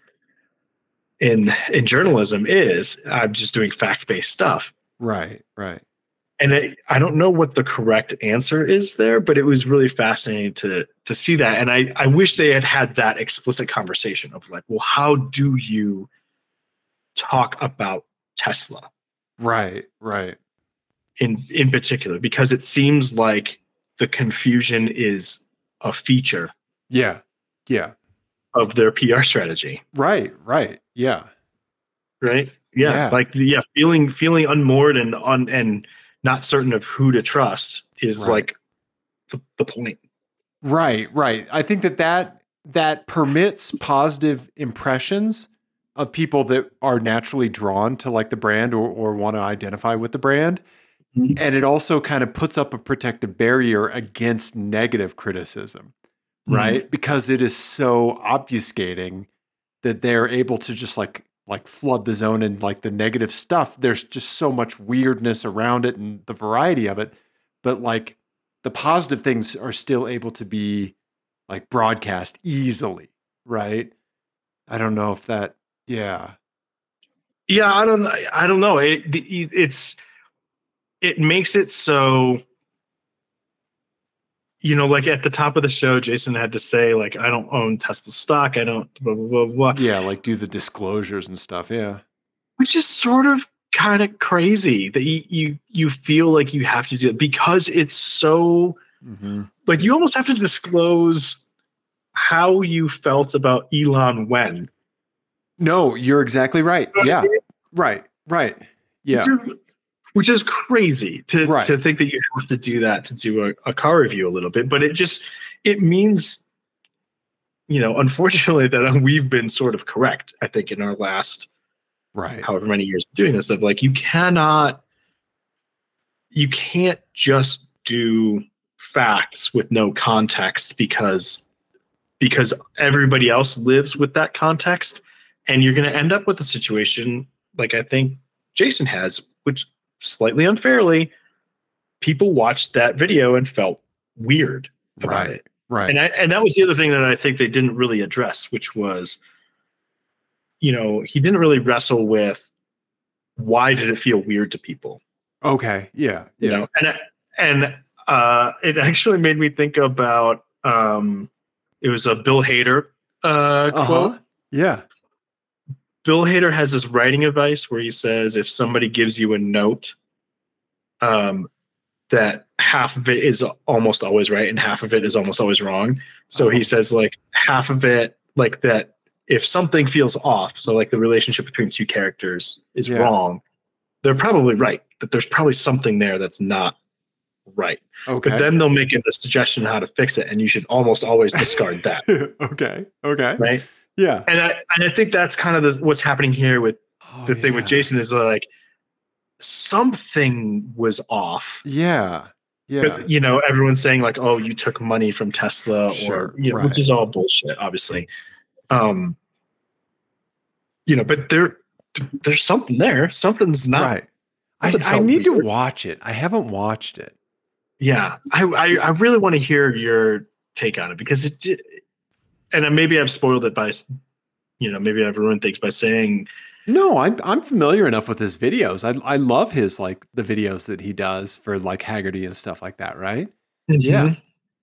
B: in in journalism is i'm just doing fact-based stuff
A: Right. Right.
B: and I i don't know what the correct answer is there but it was really fascinating to to see that and i i wish they had had that explicit conversation of like well how do you talk about tesla
A: Right. Right.
B: in in particular because it seems like the confusion is a feature
A: Yeah. Yeah.
B: of their PR strategy,
A: Right. Right. Yeah.
B: right? Yeah,
A: Yeah.
B: like yeah, feeling feeling unmoored and on and not certain of who to trust is
A: Right.
B: like the, the point.
A: Right, right. I think that that that permits positive impressions of people that are naturally drawn to like the brand or, or want to identify with the brand.
B: Mhm.
A: And it also kind of puts up a protective barrier against negative criticism,
B: Mm-hmm.
A: right? Because it is so obfuscating that they're able to just like like flood the zone and like the negative stuff. There's just so much weirdness around it and the variety of it. But like the positive things are still able to be like broadcast easily, right? I don't know if that, yeah,
B: Yeah, I don't I don't know. It, the- e, it's it makes it so you know, like at the top of the show, Jason had to say, like, I don't own Tesla stock. I don't blah blah blah blah.
A: yeah, like do the disclosures and stuff, yeah,
B: which is sort of kind of crazy that you, you you feel like you have to do it because it's so
A: mm-hmm.
B: like you almost have to disclose how you felt about Elon when
A: No, you're exactly right. Yeah, right, right, yeah,
B: Which is- which is crazy to,
A: Right.
B: to think that you have to do that to do a, a car review a little bit but it just it means you know unfortunately that we've been sort of correct i think in our last
A: Right.
B: however many years of doing this of like you cannot you can't just do facts with no context because because everybody else lives with that context and you're going to end up with a situation like i think jason has which slightly unfairly people watched that video and felt weird about
A: Right.
B: it
A: Right.
B: and I, and that was the other thing that I think they didn't really address, which was, you know, he didn't really wrestle with why did it feel weird to people,
A: okay. Yeah.
B: you
A: Yeah.
B: know, and I- and uh, it actually made me think about um, it was a Bill Hader uh,
A: Uh-huh.
B: quote.
A: Yeah.
B: Bill Hader has this writing advice where he says if somebody gives you a note, um, that half of it is almost always right and half of it is almost always wrong. So
A: Uh-huh.
B: he says like half of it, like that, if something feels off, so like the relationship between two characters is
A: Yeah.
B: wrong, they're probably right. That there's probably something there that's not right.
A: Okay.
B: But then they'll make a suggestion on how to fix it, and you should almost always discard that,
A: okay. Okay.
B: right?
A: Yeah.
B: And I and I think that's kind of the, what's happening here with
A: Oh,
B: the thing with
A: yeah.
B: Jason is like something was off.
A: Yeah. Yeah.
B: You know, everyone's saying like, "Oh, you took money from Tesla,"
A: Sure,
B: or you know,
A: right.
B: which is all bullshit, obviously. Um, you know, but there, there's something there. Something's not.
A: right. I,
B: Nothing
A: I
B: felt
A: need
B: weird.
A: to watch it. I haven't watched it.
B: Yeah, I, I, I really want to hear your take on it because it, did- and maybe I've spoiled it by, you know, maybe I've ruined things by saying
A: No, I'm I'm familiar enough with his videos. I I love his like the videos that he does for like Haggerty and stuff like that, right? Yeah.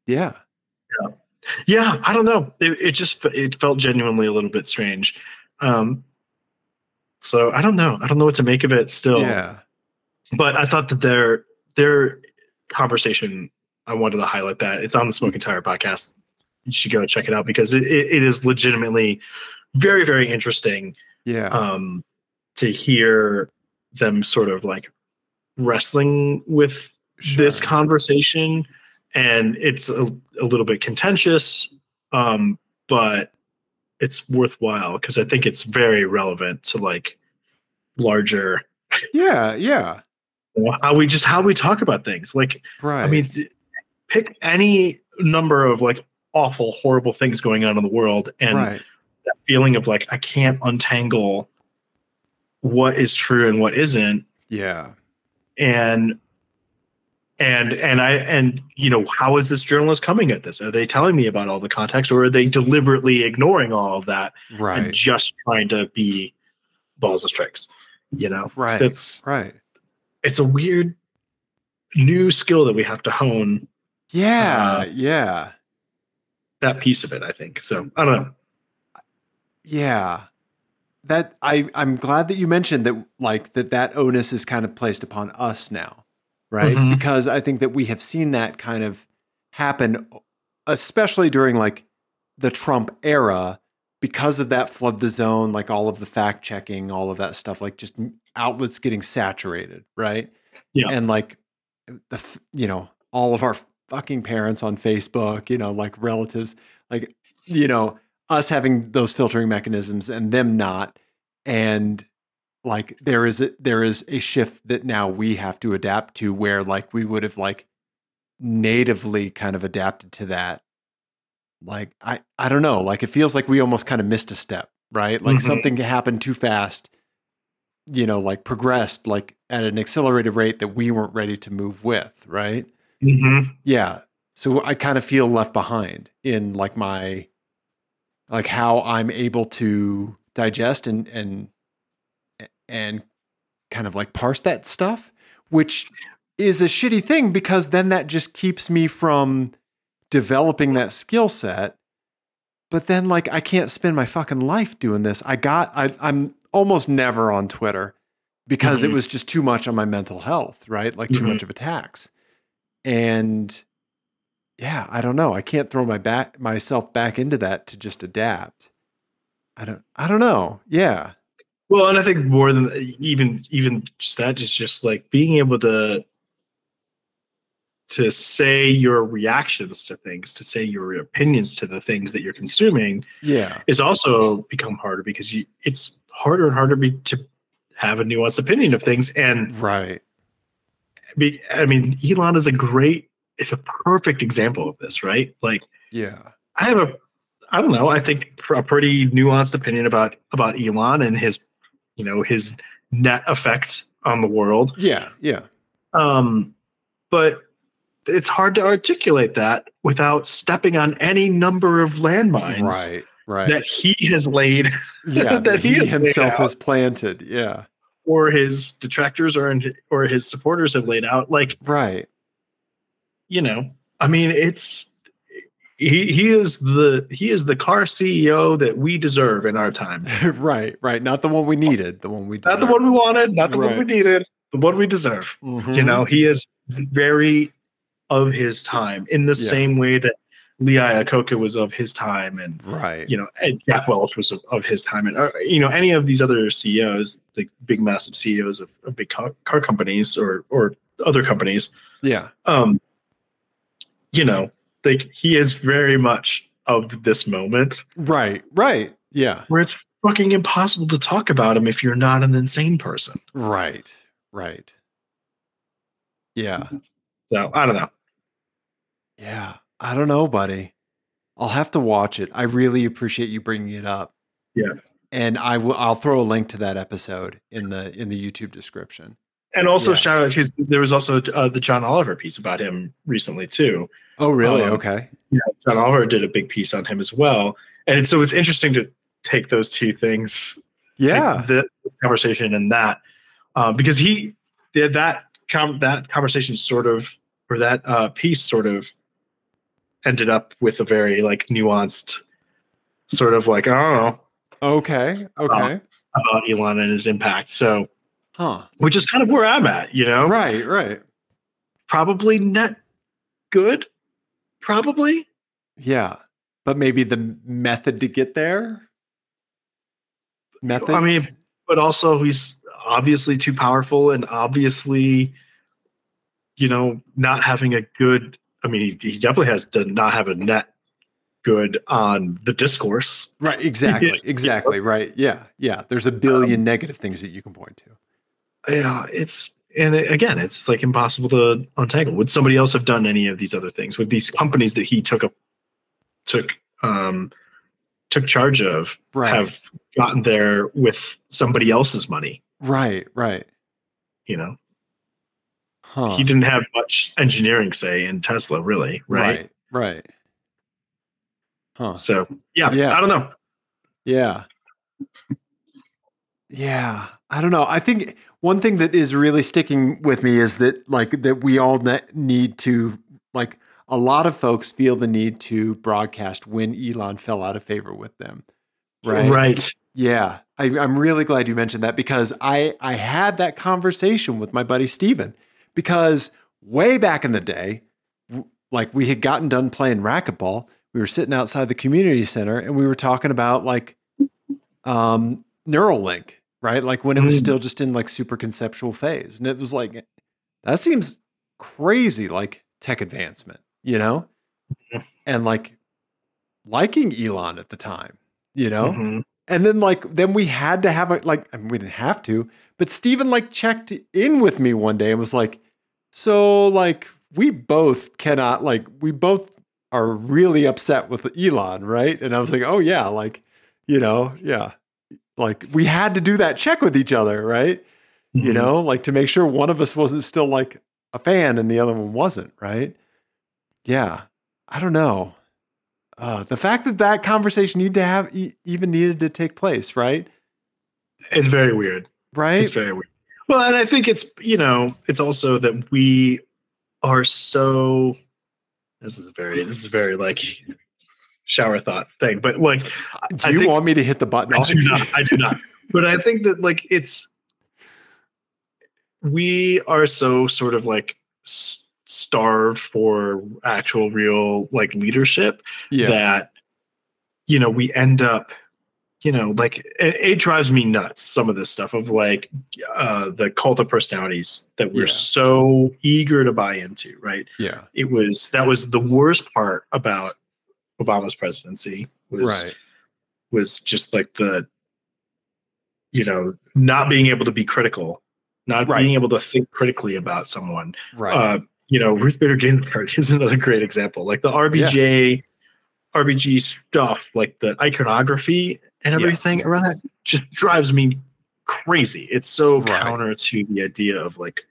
A: Yeah.
B: yeah i don't know it, it just it felt genuinely a little bit strange um so i don't know i don't know what to make of it still
A: Yeah.
B: but i thought that their their conversation i wanted to highlight that it's on the smoking tire podcast you should go check it out because it, it, it is legitimately very very interesting
A: Yeah.
B: um to hear them sort of like wrestling with this
A: Sure.
B: conversation and it's a, a little bit contentious um but it's worthwhile because i think it's very relevant to like larger
A: yeah. Yeah.
B: you know, how we just how we talk about things like
A: Right.
B: i mean th- pick any number of like awful horrible things going on in the world and
A: right.
B: that feeling of like i can't untangle what is true and what isn't
A: Yeah.
B: and and and i and you know how is this journalist coming at this are they telling me about all the context or are they deliberately ignoring all of that and
A: Right.
B: just trying to be balls and strikes you know
A: Right.
B: that's
A: right.
B: it's a weird new skill that we have to hone
A: Yeah.
B: uh,
A: yeah.
B: that piece of it i think so i don't know
A: Yeah. That I I'm glad that you mentioned that like that that onus is kind of placed upon us now, right?
B: Mhm.
A: Because I think that we have seen that kind of happen especially during like the Trump era because of that flood the zone, like all of the fact checking, all of that stuff, like just outlets getting saturated, right?
B: Yeah.
A: And like the f- you know, all of our fucking parents on Facebook, you know, like relatives, like you know, us having those filtering mechanisms and them not and like there is a, there is a shift that now we have to adapt to where like we would have like natively kind of adapted to that like i i don't know like it feels like we almost kind of missed a step right like
B: Mhm.
A: something happened too fast you know like progressed like at an accelerated rate that we weren't ready to move with right Mm-hmm. yeah so i kind of feel left behind in like my like how i'm able to digest and and and kind of like parse that stuff which is a shitty thing because then that just keeps me from developing that skill set but then like i can't spend my fucking life doing this i got I, i'm almost never on twitter because it
B: Mhm.
A: was just too much on my mental health right like too
B: Mhm.
A: much of attacks and yeah i don't know i can't throw my back myself back into that to just adapt i don't i don't know yeah
B: Well, and I think more than even even just that is just like being able to to say your reactions to things, to say your opinions to the things that you're consuming
A: Yeah.
B: is also become harder because you it's harder and harder be, to have a nuanced opinion of things and
A: Right.
B: be, I mean Elon is a great it's a perfect example of this, right? Like
A: Yeah.
B: I have a, I don't know. I think pr- a pretty nuanced opinion about about Elon and his, you know, his net effect on the world.
A: Yeah. Yeah.
B: Um, but it's hard to articulate that without stepping on any number of landmines
A: Right. Right.
B: that he has laid,
A: yeah.
B: that he has laid
A: himself
B: out.
A: has planted. Yeah.
B: or his detractors or in, or his supporters have laid out. Like
A: Right.
B: you know, I mean, it's. He, he is the he is the car CEO that we deserve in our time.
A: right. Right. Not the one we needed. The one we
B: not the one we wanted, not the one
A: Right. Mm-hmm.
B: we needed, the one we deserve.
A: one.
B: You know, he is very of his time in the
A: Yeah.
B: same way that Lee Iacocca was of his time, and
A: Right.
B: you know, Ed Jack Welch was of, of his time, and uh, you know, any of these other CEOs, the big massive CEOs of, of big car, car companies or or other companies,
A: Yeah.
B: um, you know, like he is very much of this moment,
A: Right. Right. Yeah.
B: where it's fucking impossible to talk about him if you're not an insane person.
A: Right. Right. Yeah.
B: Mm-hmm. So I don't know.
A: Yeah. I don't know, buddy. I'll have to watch it. I really appreciate you bringing it up.
B: Yeah.
A: And I will I'll throw a link to that episode in the in the YouTube description.
B: And also
A: Yeah.
B: shout out because there was also uh, the John Oliver piece about him recently too.
A: Oh, really?
B: Um,
A: okay.
B: John Oliver did a big piece on him as well, and so it's interesting to take those two things, take
A: Yeah.
B: the conversation and that, uh, because he did that com- that conversation sort of or that uh, piece sort of ended up with a very like nuanced sort of like I don't know
A: Okay. Okay.
B: about Elon and his impact. So
A: Huh.
B: which is kind of where I'm at, you know.
A: Right, right.
B: probably not good. Probably.
A: Yeah. But maybe the method to get there? Methods?
B: I mean, but also he's obviously too powerful and obviously, you know, not having a good. I mean, he, he definitely has to not have a net good on the discourse.
A: right, exactly. Exactly, right. Yeah. Yeah. There's a
B: Um
A: billion negative things that you can point to.
B: Yeah, it's and it- again, it's like impossible to untangle. Would somebody else have done any of these other things? Would these companies that he took up took um took charge of
A: Right.
B: have gotten there with somebody else's money?
A: Right, right.
B: You know,
A: Huh.
B: he didn't have much engineering say in Tesla, really, right?
A: Right. right. Huh.
B: So yeah,
A: Yeah.
B: I don't know.
A: Yeah. Yeah. I don't know. I think one thing that is really sticking with me is that like that we all ne- need to like a lot of folks feel the need to broadcast when Elon fell out of favor with them. Right. Yeah. I, I'm really glad you mentioned that because I, I had that conversation with my buddy Steven because way back in the day, w- like we had gotten done playing racquetball. We were sitting outside the community center and we were talking about like um, Neuralink, right? Like when it was
B: Mm.
A: still just in like super conceptual phase. And it was like, that seems crazy, like tech advancement, you know?
B: Yeah.
A: And like liking Elon at the time, you know?
B: Mhm.
A: And then like then we had to have a like I mean, we didn't have to, but Steven like checked in with me one day and was like, "So like we both cannot like we both are really upset with Elon, right?" And I was like, "Oh yeah, like you know, yeah. Like we had to do that check with each other, right? You
B: Mhm.
A: know, like to make sure one of us wasn't still like a fan and the other one wasn't, right? Yeah. I don't know. Uh, the fact that that conversation need to have e- even needed to take place, right?
B: it's very weird.
A: Right?
B: It's very weird. Well, and I think it's you know it's also that we are so. This is very this is very like shower thought thing, but like
A: do
B: I
A: you
B: think-
A: want me to hit the button?
B: I do not. I do not. But I think that like it's we are so sort of like s- starved for actual real like leadership
A: yeah.
B: that you know we end up you know, like it, it drives me nuts. Some of this stuff of like uh, the cult of personalities that we're
A: Yeah.
B: so eager to buy into, right?
A: Yeah.
B: It was that was the worst part about Obama's presidency was
A: Right.
B: was just like the you know not being able to be critical, not
A: Right.
B: being able to think critically about someone
A: Right.
B: uh, you know, Ruth Bader Ginsburg is another great example. Like the RBJ, RBG stuff, like the iconography and
A: Yeah.
B: everything around that just drives me crazy. It's so
A: Right.
B: counter to the idea of like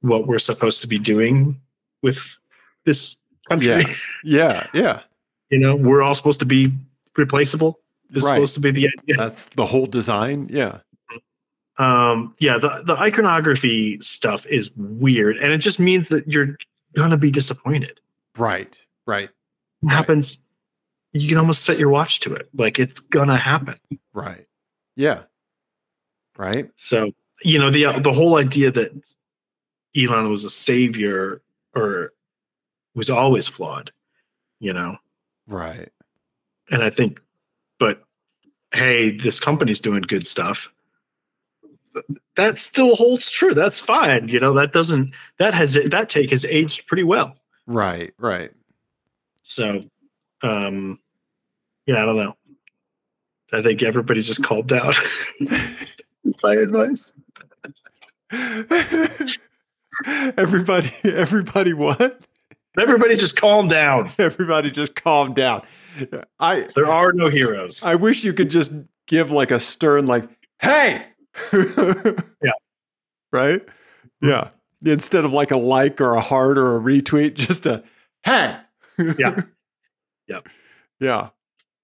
B: what we're supposed to be doing with this country.
A: yeah. Yeah.
B: you know, we're all supposed to be replaceable. Is
A: Right.
B: supposed to be the idea.
A: That's the whole design. Yeah.
B: um yeah the the iconography stuff is weird and it just means that you're gonna be disappointed
A: Right. Right. Right.
B: happens you can almost set your watch to it like it's gonna happen
A: Right. Yeah. Right.
B: so you know the uh, the whole idea that elon was a savior or was always flawed you know
A: Right.
B: and i think but hey this company's doing good stuff that still holds true that's fine you know that doesn't that has that take has aged pretty well
A: Right. Right.
B: So, um, yeah, I don't know. I think everybody's just called down. My advice.
A: everybody. Everybody. What?
B: Everybody just calm down.
A: Everybody, just calm down. I.
B: There are no heroes.
A: I wish you could just give like a stern, like, hey. yeah. Right? Yeah. Instead of like a like or a heart or a retweet, just a hey.
B: Yeah. Yep.
A: Yeah.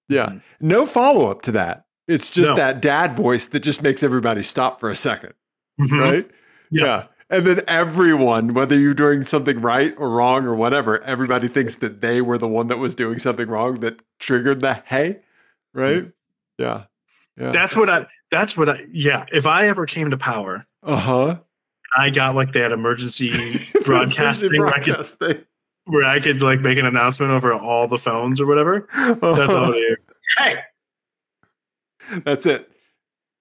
A: Yeah.
B: Mhm.
A: No follow up to that. It's just
B: No.
A: that dad voice that just makes everybody stop for a second.
B: Mm-hmm.
A: Right?
B: Yeah.
A: And then everyone, whether you're doing something right or wrong or whatever, everybody thinks that they were the one that was doing something wrong that triggered the hey. Right?
B: Mm-hmm.
A: Yeah. Yeah.
B: That's what I, that's what I, yeah. If I ever came to power,
A: Uh huh.
B: I got like that emergency broadcasting where, I could,
A: Broadcast thing.
B: where I could like make an announcement over all the phones or whatever. That's all
A: Uh-huh.
B: they Hey,
A: That's it.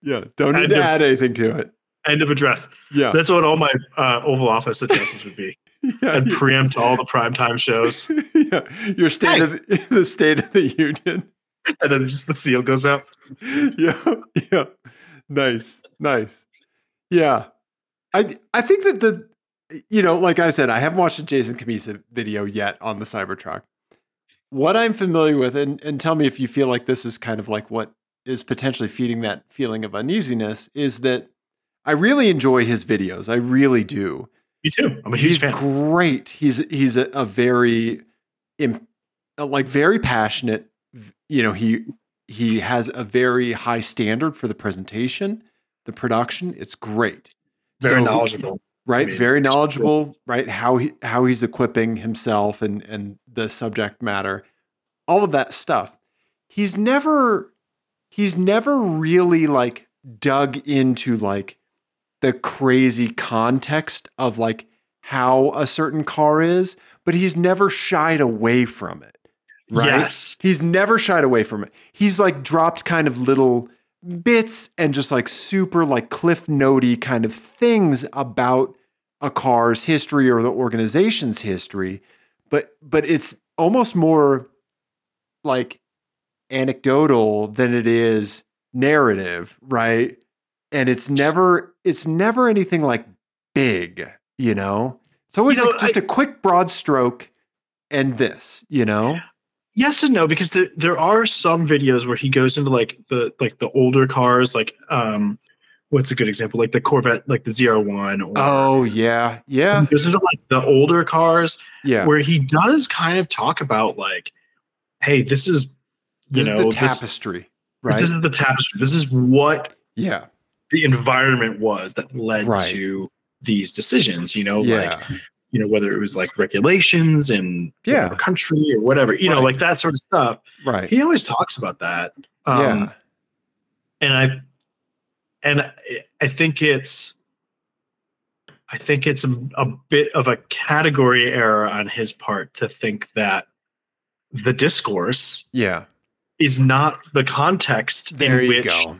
A: Yeah. Don't need
B: End
A: to
B: of-
A: add anything to it.
B: end of address.
A: Yeah.
B: That's what all my uh, Oval Office addresses would be.
A: yeah.
B: I'd preempt all the primetime shows.
A: yeah. Your state of the, the state of the union.
B: and then just the seal goes out.
A: yeah. Yeah. Nice. Nice. Yeah. I I think that the you know, like I said, I haven't watched a Jason Kamisa video yet on the Cybertruck. What I'm familiar with, and, and tell me if you feel like this is kind of like what is potentially feeding that feeling of uneasiness, is that I really enjoy his videos. I really do.
B: Me too. I'm a huge
A: he's
B: fan.
A: great. He's he's a, a very, im- a, like very passionate. v- You know he he has a very high standard for the presentation, the production. It's great.
B: Very
A: So-
B: knowledgeable.
A: right?
B: mean,
A: very
B: it's cool.
A: knowledgeable, right? How he how he's equipping himself and and the subject matter, all of that stuff. He's never he's never really like dug into like the crazy context of like how a certain car is, but he's never shied away from it. Right?
B: Yes.
A: He's never shied away from it. He's like dropped kind of little bits and just like super like cliff notey kind of things about a car's history or the organization's history, but but it's almost more like anecdotal than it is narrative, right? And it's never it's never anything like big, you know. It's always
B: You know,
A: like just a quick broad stroke and this, you know.
B: Yes and no, because there, there are some videos where he goes into like the like the older cars, like um what's a good example? Like the Corvette, like the ZR1 or Mm,
A: Oh yeah, yeah,
B: he goes into like the older cars
A: yeah.
B: where he does kind of talk about like, hey, this is you
A: This
B: know
A: is the
B: this-
A: tapestry, right?
B: this is the tapestry. This is what
A: yeah,
B: the environment was that led
A: Right.
B: to these decisions, you know, like
A: yeah,
B: you know whether it was like regulations and
A: Yeah.
B: the country or whatever you know
A: Right.
B: like that sort of stuff
A: right.
B: he always talks about that um,
A: yeah,
B: and i and I- i think it's i think it's a, a bit of a category error on his part to think that the discourse
A: yeah,
B: is not the context
A: There
B: in
A: you
B: which
A: go.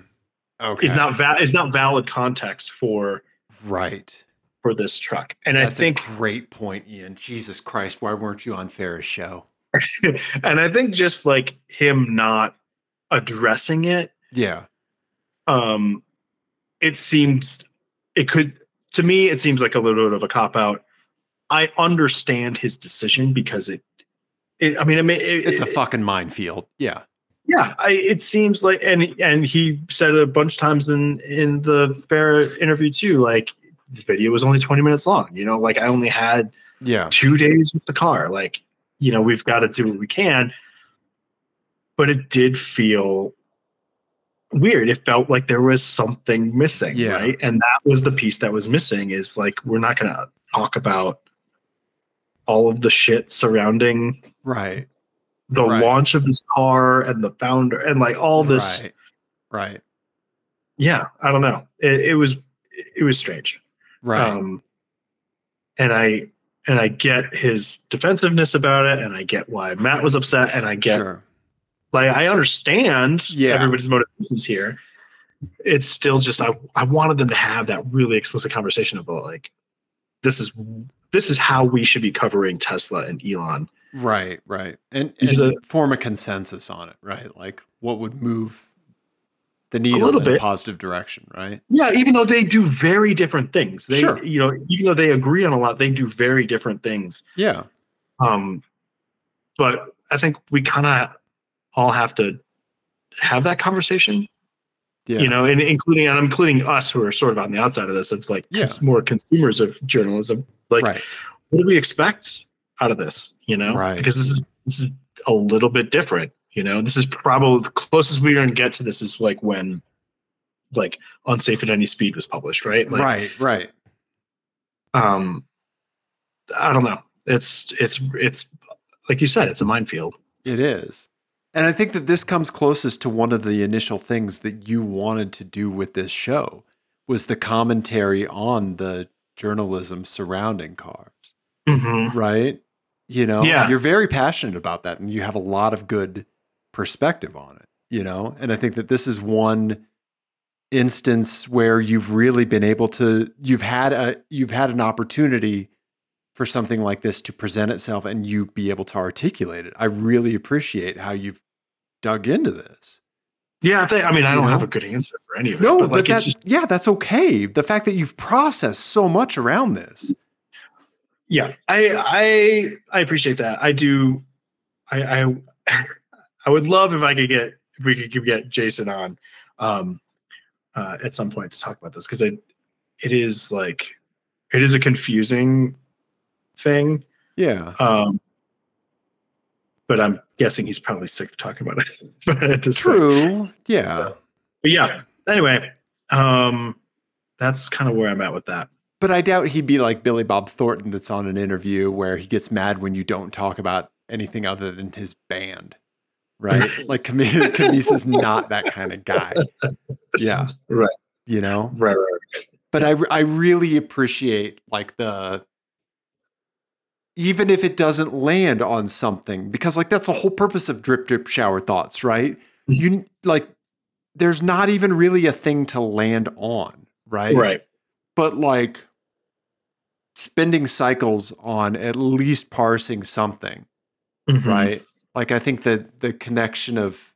A: Okay.
B: is not va- is not valid context for
A: right.
B: for this truck. And
A: That's
B: I think
A: a great point, Ian. Jesus Christ, why weren't you on Farrah's show?
B: and I think just like him not addressing it
A: Yeah.
B: um it seems it could to me it seems like a little bit of a cop out i understand his decision because it, it i mean I mean, it,
A: It's a
B: it-
A: fucking minefield. Yeah.
B: yeah I, it seems like and and he said it a bunch of times in in the fair interview too like the video was only 20 minutes long you know like i only had
A: Yeah.
B: two days with the car like you know we've got to do what we can but it did feel weird it felt like there was something missing
A: Yeah.
B: right and that was the piece that was missing is like we're not going to talk about all of the shit surrounding
A: Right.
B: the
A: Right.
B: launch of this car and the founder and like all this
A: Right. Right.
B: yeah i don't know it, it was it was strange
A: Right.
B: um, and I and I get his defensiveness about it, and I get why Matt was upset, and I get
A: sure.
B: like I understand
A: Yeah.
B: everybody's motivations here. It's still just I I wanted them to have that really explicit conversation about like this is this is how we should be covering Tesla and Elon.
A: Right. Right. And, and
B: Because, uh,
A: form a consensus on it, right? Like what would move the needle
B: little
A: in a
B: bit.
A: positive direction, right?
B: Yeah, even though they do very different things. They
A: Sure.
B: you know, even though they agree on a lot, they do very different things.
A: Yeah.
B: Um, but I think we kind of all have to have that conversation,
A: Yeah.
B: you know, and including and I'm including us who are sort of on the outside of this. It's like
A: Yeah.
B: it's more consumers of journalism. Like,
A: right.
B: what do we expect out of this? You know,
A: Right.
B: because this is this is a little bit different. You know, this is probably the closest we're gonna get to this is like when, like, unsafe at any speed was published, right? Like,
A: right. Right.
B: um i don't know it's it's it's like you said it's a minefield
A: It is. And I think that this comes closest to one of the initial things that you wanted to do with this show was the commentary on the journalism surrounding cars,
B: mm-hmm.
A: right? You know,
B: Yeah.
A: you're very passionate about that and you have a lot of good perspective on it, you know? And I think that this is one instance where you've really been able to you've had a you've had an opportunity for something like this to present itself and you be able to articulate it. I really appreciate how you've dug into this.
B: yeah i think i mean i don't
A: Yeah.
B: have a good answer for any of it
A: No,
B: but
A: but,
B: like
A: that,
B: it's just
A: yeah, that's okay. The fact that you've processed so much around this.
B: yeah i i i appreciate that i do i i i would love if i could get if we could get jason on um uh at some point to talk about this because it it is like it is a confusing thing
A: Yeah.
B: um but i'm guessing he's probably sick of talking about it at this point.
A: True. Yeah.
B: But yeah. Anyway, um, that's kind of where I'm at with that.
A: But I doubt he'd be like Billy Bob Thornton that's on an interview where he gets mad when you don't talk about anything other than his band. Right? like Camis Camisa's not that kind of guy. Yeah.
B: Right.
A: You know?
B: Right. right, right.
A: but I I really appreciate like the even if it doesn't land on something because like that's the whole purpose of drip drip shower thoughts, right? You like there's not even really a thing to land on, right?
B: Right.
A: But like spending cycles on at least parsing something
B: Mhm.
A: right like i think that the connection of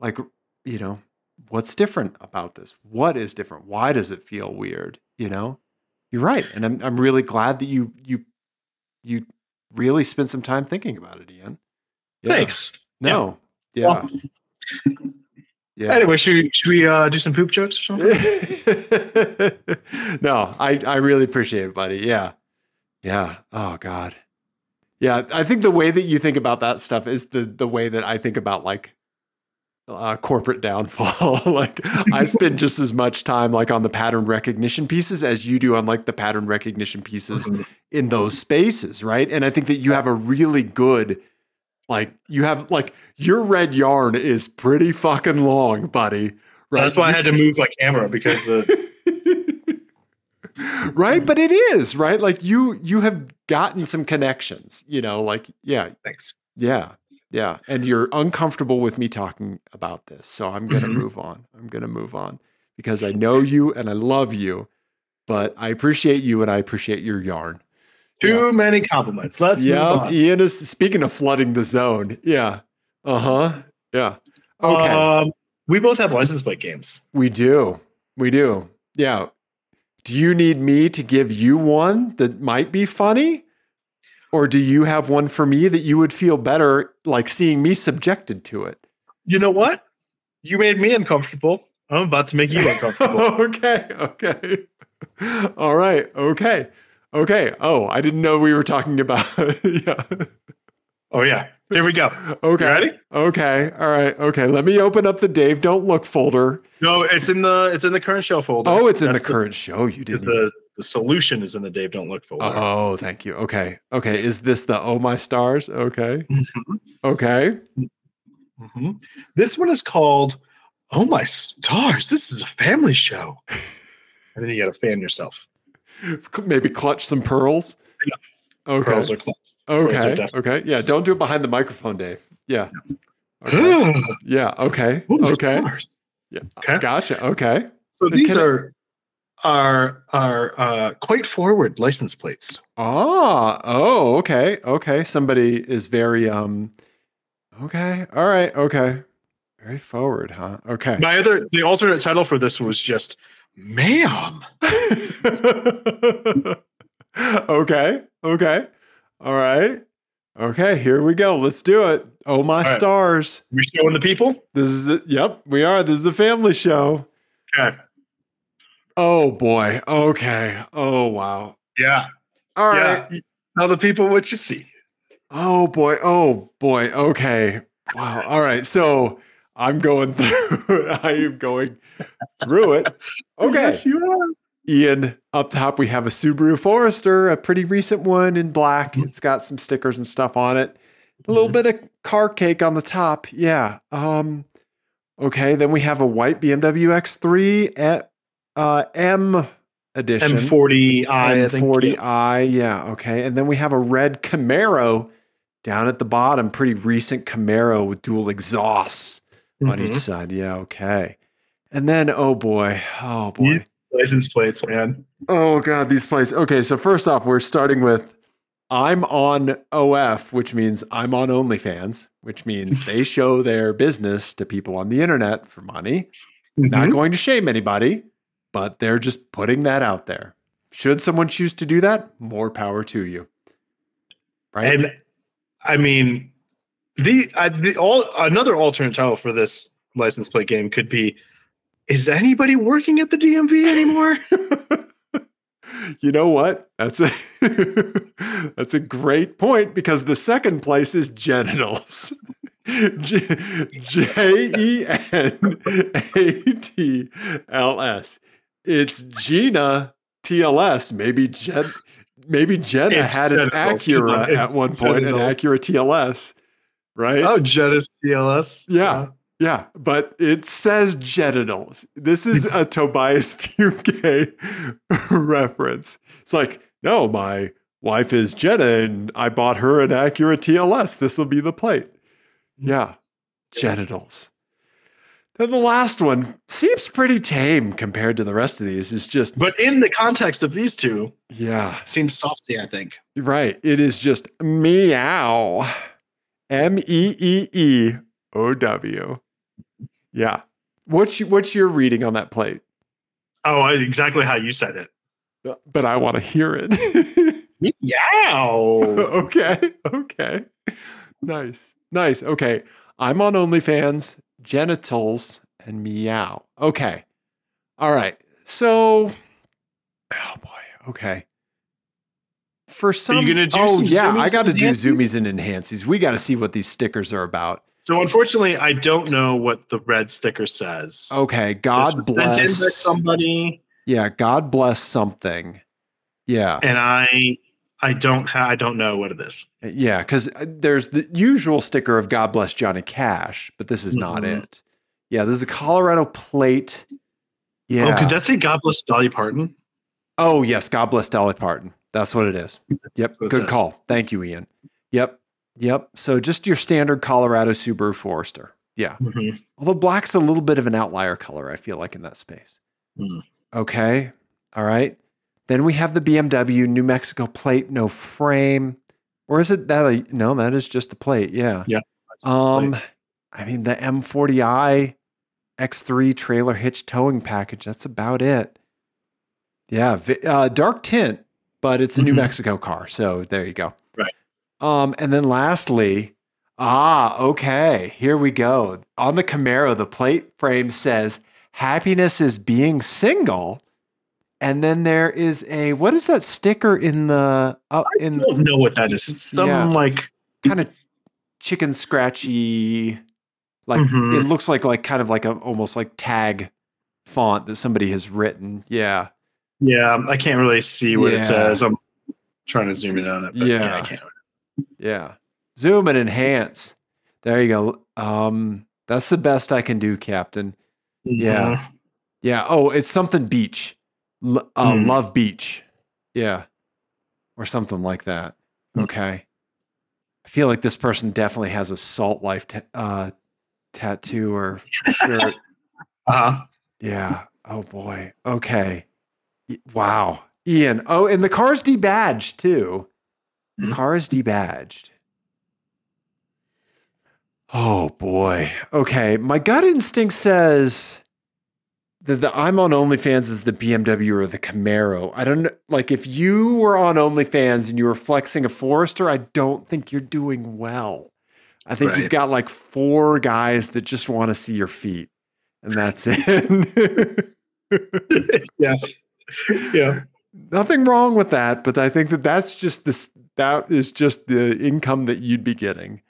A: like you know what's different about this what is different why does it feel weird you know you're right and i'm i'm really glad that you you you really spent some time thinking about it ian Yeah.
B: Thanks.
A: no yeah
B: Well,
A: yeah
B: Anyway, should we, should we uh, do some poop jokes or something?
A: Mm-hmm. no i i really appreciate it buddy yeah yeah oh god yeah i think the way that you think about that stuff is the the way that i think about like uh, corporate downfall like i spend just as much time like on the pattern recognition pieces as you do on like the pattern recognition pieces
B: Mhm.
A: in those spaces right and i think that you have a really good like you have like your red yarn is pretty fucking long buddy right
B: That's why I had to move my camera because the
A: right but it is right like you you have gotten some connections you know like yeah
B: thanks.
A: yeah Yeah. And you're uncomfortable with me talking about this. So I'm going to
B: Mhm.
A: move on. I'm going to move on because I know you and I love you, but I appreciate you and I appreciate your yarn.
B: Too many compliments. Let's move
A: Yeah.
B: on.
A: Ian is speaking of flooding the zone. Yeah. Uh huh. Yeah. Okay.
B: Um, we both have license plate games.
A: we do. We do. Yeah. Do you need me to give you one that might be funny? Or do you have one for me that you would feel better like seeing me subjected to it?
B: You know what? You made me uncomfortable. I'm about to make you uncomfortable.
A: okay, okay. All right, okay. Okay. Oh, I didn't know we were talking about yeah.
B: oh yeah. Here we go.
A: Okay.
B: You ready?
A: Okay. All right. Okay. Let me open up the Dave Don't Look folder.
B: No, it's in the it's in the current show folder.
A: Oh, it's in the
B: That's
A: current show. You didn't.
B: Is
A: even-
B: the the solution is in the Dave Don't Look folder.
A: oh, thank you. Okay. Okay. Is this the Oh My Stars? Okay.
B: Mhm,
A: Okay.
B: mhm. This one is called "Oh My Stars." This is a family show. and then you got to fan yourself.
A: Maybe clutch some pearls.
B: Yeah.
A: Okay.
B: Pearls are close. are
A: okay.
B: definitely-
A: Okay. Yeah. Don't do it behind the microphone, Dave. Yeah. Okay.
B: Oh
A: Yeah. Okay.
B: my
A: Okay.
B: stars.
A: Yeah.
B: Okay.
A: Gotcha. Okay.
B: So these
A: Can I-
B: are are are uh, quite forward license plates.
A: Ah, oh, okay, okay. Somebody is very um, okay, all right, okay, very forward, huh? Okay.
B: My other the alternate title for this was just "Ma'am."
A: okay, okay, all right, okay. Here we go. Let's do it. Oh my
B: right.
A: stars!
B: We showing the people.
A: This is a, yep. We are. This is a family show.
B: Okay.
A: Oh boy. Okay. Oh wow.
B: Yeah.
A: All right.
B: yeah. Tell the people what you see.
A: Oh boy. Oh boy. Okay. Wow. All right. So I'm going through I am going through it. Okay.
B: Yes, you are.
A: Ian, up top we have a Subaru Forester, a pretty recent one in black.
B: Mm-hmm.
A: It's got some stickers and stuff on it. A little bit of car cake on the top. Yeah. Um okay, then we have a white BMW X3 at uh M edition.
B: M40i. I think.
A: M40i. Yeah. Okay. And then we have a red Camaro down at the bottom. Pretty recent Camaro with dual exhausts on
B: Mhm.
A: each side. Yeah. Okay. And then, oh boy. Oh boy.
B: Yeah. License plates, man.
A: Oh God. These places. Okay. So, first off, we're starting with I'm on OF, which means I'm on OnlyFans, which means they show their business to people on the internet for money. Not
B: Mhm.
A: going to shame anybody, but they're just putting that out there. Should someone choose to do that, more power to you. Right?
B: And I mean, the, I, the all another alternate title for this license plate game could be: Is anybody working at the DMV anymore?
A: you know what? That's a that's a great point because the second place is genitals. J E N A T L S. It's Gina TLS. Maybe Jen. Maybe Jenna
B: It's
A: had an
B: genitals,
A: Acura
B: Gina. It's
A: at one point,
B: genitals.
A: an Acura TLS, right?
B: oh, Jettis TLS.
A: Yeah. Yeah, but it says genitals. This is a Tobias Fuke reference. It's like, no, my wife is Jenna and I bought her an Acura TLS. This will be the plate. Yeah, genitals. Then the last one seems pretty tame compared to the rest of these. It's just,
B: But in the context of these two,
A: yeah,
B: seems saucy. I think.
A: right. It is just meow. M E E E O W. Yeah. What's, you, what's your reading on that plate?
B: Oh, I- exactly how you said it.
A: but I want to hear it.
B: Yeah.
A: okay. Okay. Nice. Nice. Okay. I'm on OnlyFans, genitals, and meow. Okay. All right. So, oh boy. Okay. For some,
B: gonna do
A: oh
B: some
A: yeah,
B: zoomies
A: I
B: and
A: got to do
B: enhancies?
A: zoomies and enhancies. We got to see what these stickers are about.
B: so unfortunately, I don't know what the red sticker says.
A: Okay,
B: This
A: God
B: was sent in by
A: bless.
B: somebody.
A: Yeah, God bless something. Yeah,
B: and I I don't ha- I don't know what it is.
A: Yeah, because there's the usual sticker of God bless Johnny Cash, but this is not
B: Mhm.
A: it. Yeah, this is a Colorado plate. Yeah.
B: Oh, could that say God bless Dolly Parton?
A: Oh, yes, God bless Dolly Parton. That's what it is. Yep.
B: That's what it
A: Good
B: says.
A: call. Thank you, Ian. Yep. Yep. So just your standard Colorado Subaru Forester. Yeah.
B: Mhm.
A: Although black's a little bit of an outlier color, I feel like, in that space.
B: Mhm.
A: Okay. All right. Then we have the BMW New Mexico plate, no frame. Or is it that? A, no, that is just the plate. Yeah.
B: Yeah.
A: Um, I mean, the M40i X3 trailer hitch towing package. That's about it. Yeah. vi- Uh, dark tint, but it's a New
B: Mhm.
A: Mexico car. So there you go.
B: Right.
A: Um, and then lastly, Ah, okay. Here we go. On the Camaro, the plate frame says, Happiness is being single. And then there is a, what is that sticker in the, up
B: I
A: in
B: don't know what that is. It's some
A: Yeah.
B: like
A: kind of chicken scratchy, like
B: Mhm.
A: it looks like, like kind of like a, almost like tag font that somebody has written. Yeah.
B: yeah, I can't really see what
A: Yeah.
B: it says. I'm trying to zoom in on it, but yeah,
A: Yeah.
B: I can't.
A: Yeah. Zoom and enhance. There you go. Um, that's the best I can do, Captain. Yeah.
B: Mhm.
A: Yeah. Oh, it's something beach. L- uh,
B: Mm.
A: Love beach. Yeah. Or something like that.
B: Mm.
A: Okay. I feel like this person definitely has a salt life ta- uh, tattoo or shirt.
B: Uh-huh.
A: yeah. Oh, boy. Okay. Y- Wow. Ian. Oh, and the car's debadged too. The
B: Mhm.
A: car is debadged. Oh boy. Okay. My gut instinct says that the I'm on OnlyFans is the BMW or the Camaro. I don't know. Like if you were on OnlyFans and you were flexing a Forester, I don't think you're doing well. I think you've
B: Right.
A: got like four guys that just want to see your feet. And that's it.
B: yeah. Yeah.
A: nothing wrong with that but i think that that's just this that is just the income that you'd be getting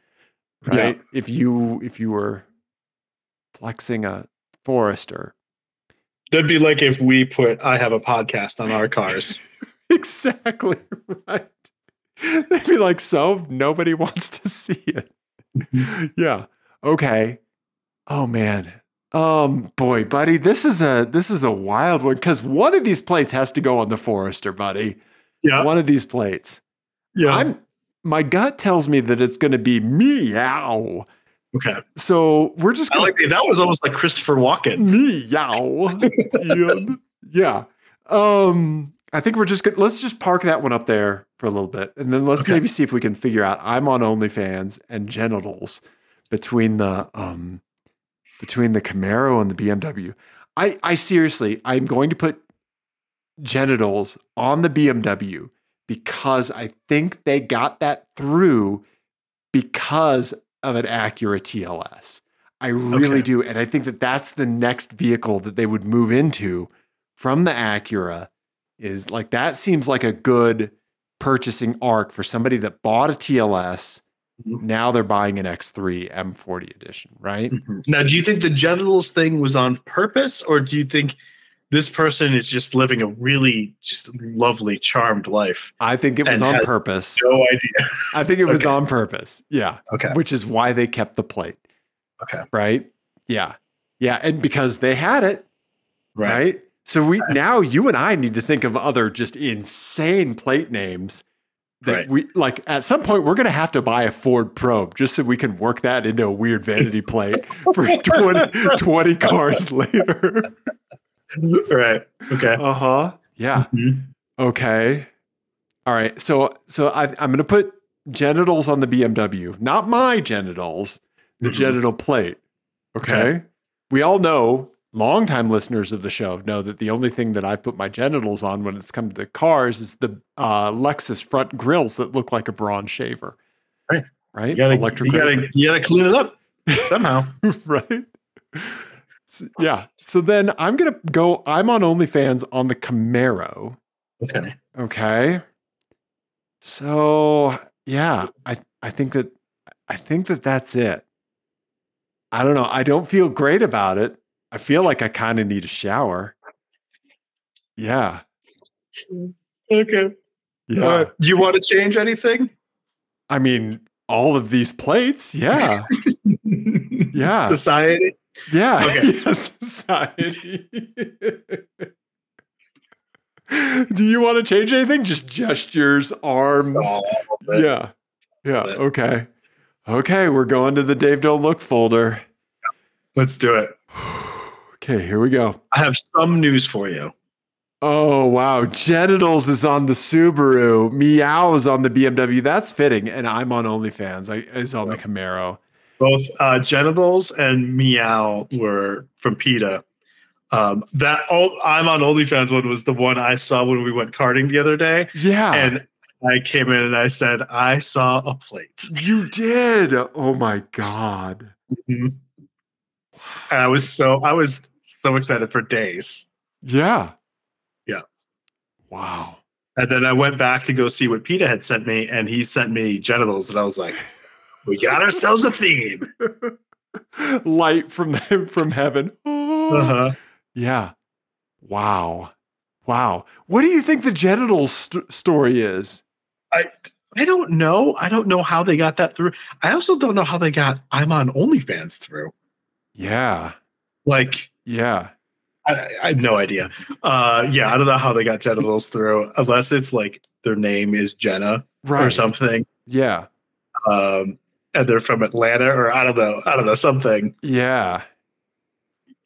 B: Yeah.
A: right if you if you were flexing a forester
B: That'd be like if we put I have a podcast on our cars.
A: exactly right they'd be like so nobody wants to see it
B: Mm-hmm.
A: yeah okay oh man um boy buddy this is a this is a wild one because one of these plates has to go on the forester buddy
B: yeah.
A: one of these plates
B: yeah.
A: I'm my gut tells me that it's going to be meow.
B: okay.
A: So we're just
B: I
A: going
B: like that. That was almost like Christopher
A: to
B: Walken.
A: meow. yeah. yeah. Um I think we're just going to let's just park that one up there for a little bit and then let's
B: Okay.
A: maybe see if we can figure out I'm on OnlyFans and genitals between the um between the Camaro and the BMW. I I seriously, I'm going to put genitals on the BMW because I think they got that through because of an Acura TLS. I really
B: Okay.
A: do. And I think that that's the next vehicle that they would move into from the Acura is like that seems like a good purchasing arc for somebody that bought a TLS.
B: Mhm.
A: Now they're buying an X3 M40 edition, right?
B: Now, do you think the genitals thing was on purpose, or do you think this person is just living a really just lovely, charmed life?
A: I think it was
B: And
A: on
B: has
A: purpose.
B: No idea.
A: I think it was
B: Okay.
A: on purpose. Yeah.
B: Okay.
A: Which is why they kept the plate.
B: Okay.
A: Right. Yeah. Yeah. And because they had it, right?
B: Right.
A: So we now you and I need to think of other just insane plate names that
B: Right.
A: we like at some point we're gonna have to buy a Ford probe just so we can work that into a weird vanity plate for 20, 20 cars later.
B: Right. Okay.
A: Uh-huh. Yeah.
B: Mhm.
A: Okay. All right. So so I, I'm gonna put genitals on the BMW, not my genitals, the
B: Mhm.
A: genital plate. Okay?
B: Okay.
A: We all know, longtime listeners of the show know that the only thing that I've put my genitals on when it's come to cars is the uh, Lexus front grills that look like a bronze shaver.
B: Right.
A: Right?
B: You gotta,
A: Electric
B: you gotta, you gotta clean it up somehow.
A: right? So- yeah. So then I'm gonna go, I'm on OnlyFans on the Camaro.
B: okay.
A: Okay. So yeah, I I think that I think that that's it. I don't know. I don't feel great about it. I feel like I kind of need a shower. Yeah.
B: Okay.
A: Yeah.
B: Uh, do you want to change anything?
A: I mean, all of these plates. Yeah. Yeah.
B: Society.
A: Yeah.
B: Okay.
A: Yeah, society. Do you want to change anything? Just gestures, arms.
B: Oh,
A: yeah. Yeah.
B: but-
A: Okay. Okay, we're going to the Dave Don't Look folder.
B: Let's do it.
A: Okay, here we go.
B: I have some news for you.
A: Oh wow, genitals is on the Subaru, meows on the BMW. That's fitting, and I'm on OnlyFans. I is on the Camaro.
B: Both uh, genitals and meow were from PETA. Um, that oh, I'm on OnlyFans one was the one I saw when we went karting the other day,
A: Yeah,
B: and I came in and I said I saw a plate.
A: you did. Oh my god.
B: Mhm. And I was so I was so excited for days.
A: Yeah.
B: Yeah.
A: Wow.
B: And then I went back to go see what PETA had sent me, and he sent me genitals, and I was like, "We got ourselves a theme."
A: Light from from heaven. Oh.
B: Uh-huh.
A: Yeah. Wow. Wow. What do you think the genitals st- story is?
B: I I don't know. I don't know how they got that through. I also don't know how they got I'm on OnlyFans through.
A: Yeah.
B: Like
A: Yeah.
B: I, I have no idea. Uh yeah, I don't know how they got genitals through unless it's like their name is Jenna or
A: Right.
B: something.
A: Yeah.
B: Um and they're from Atlanta or I don't know. I don't know something.
A: Yeah.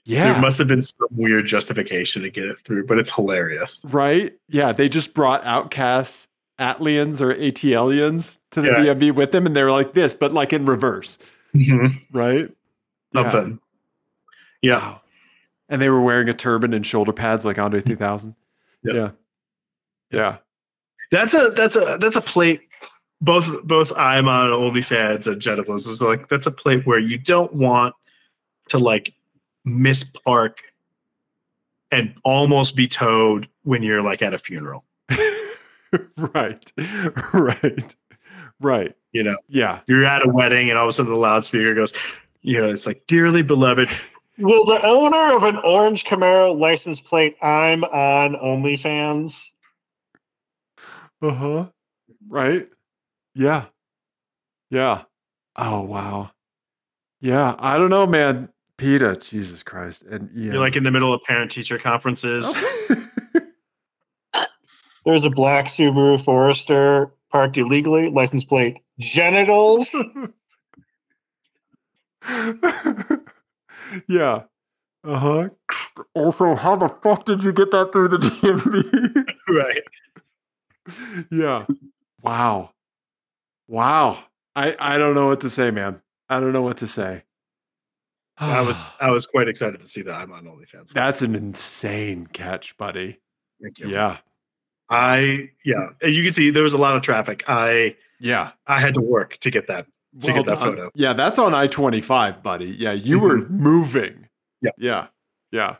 A: Yeah.
B: There must have been some weird justification to get it through, but it's hilarious.
A: right? Yeah. They just brought outcasts, Atlians or ATLians to the
B: Yeah.
A: DMV with them and they were like this, but like in reverse,
B: Mm-hmm.
A: right? Yeah.
B: Something. Yeah.
A: Wow. And they were wearing a turban and shoulder pads like Andre 3000.
B: Yep.
A: Yeah. Yeah.
B: That's a that's a that's a plate. Both both I'm on OnlyFans and genitals is like that's a plate where you don't want to like miss park and almost be towed when you're like at a funeral.
A: right. Right. Right.
B: You know,
A: Yeah.
B: you're at a wedding and all of a sudden the loudspeaker goes, you know, it's like dearly beloved. Will the owner of an orange Camaro license plate I'm on OnlyFans?
A: Uh
B: Uh-huh.
A: huh. Right. Yeah. Yeah. Oh wow. Yeah. I don't know, man. Peta. Jesus Christ. And yeah.
B: You're like in the middle of parent teacher conferences.
A: oh.
B: There's a black Subaru Forester parked illegally, license plate genitals.
A: yeah. Uh huh. Also, how the fuck did you get that through the DMV?
B: right.
A: yeah. Wow. Wow. I I don't know what to say, man. I don't know what to say.
B: I was I was quite excited to see that I'm on OnlyFans.
A: That's an insane catch, buddy.
B: Thank you.
A: Yeah.
B: I yeah. And You can see there was a lot of traffic. I
A: Yeah.
B: I had to work to get that. To get that
A: done.
B: photo. Mm-hmm.
A: Yeah, that's on I 25, buddy. Yeah, you were moving.
B: Yeah.
A: Yeah. Yeah.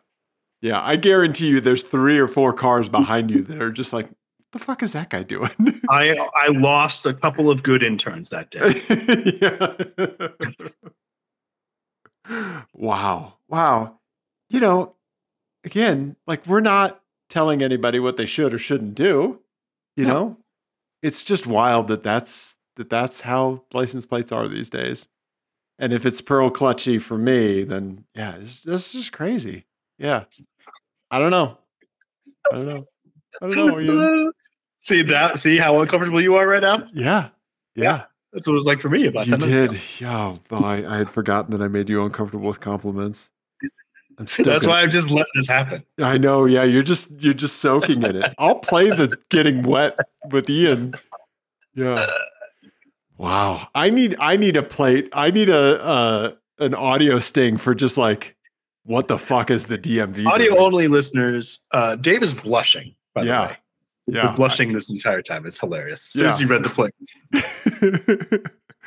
A: Yeah. I guarantee you there's three or four cars behind you that are just like, the fuck is that guy doing?
B: I I lost a couple of good interns that day.
A: yeah. wow. Wow. You know, again, like we're not telling anybody what they should or shouldn't do. You
B: No.
A: know, it's just wild that that's that that's how license plates are these days. And if it's pearl clutchy for me, then yeah, it's, that's just crazy. Yeah, I don't know. I don't know. I don't know. Ian.
B: see that? See how uncomfortable you are right now?
A: Yeah. Yeah.
B: That's what it was like for me about
A: You
B: 10 minutes
A: did.
B: ago.
A: Yeah. Oh, boy, I had forgotten that I made you uncomfortable with compliments. I'm still
B: That's
A: gonna-
B: why I've just let this happen.
A: I know. Yeah, you're just you're just soaking in it. I'll play the getting wet with Ian. Yeah. Wow. I need I need a plate. I need a uh an audio sting for just like what the fuck is the DMV?
B: Audio
A: doing?
B: only listeners, uh Dave is blushing, by
A: Yeah.
B: the way. You're
A: Yeah.
B: blushing this entire time. It's hilarious. As soon as you read the plate.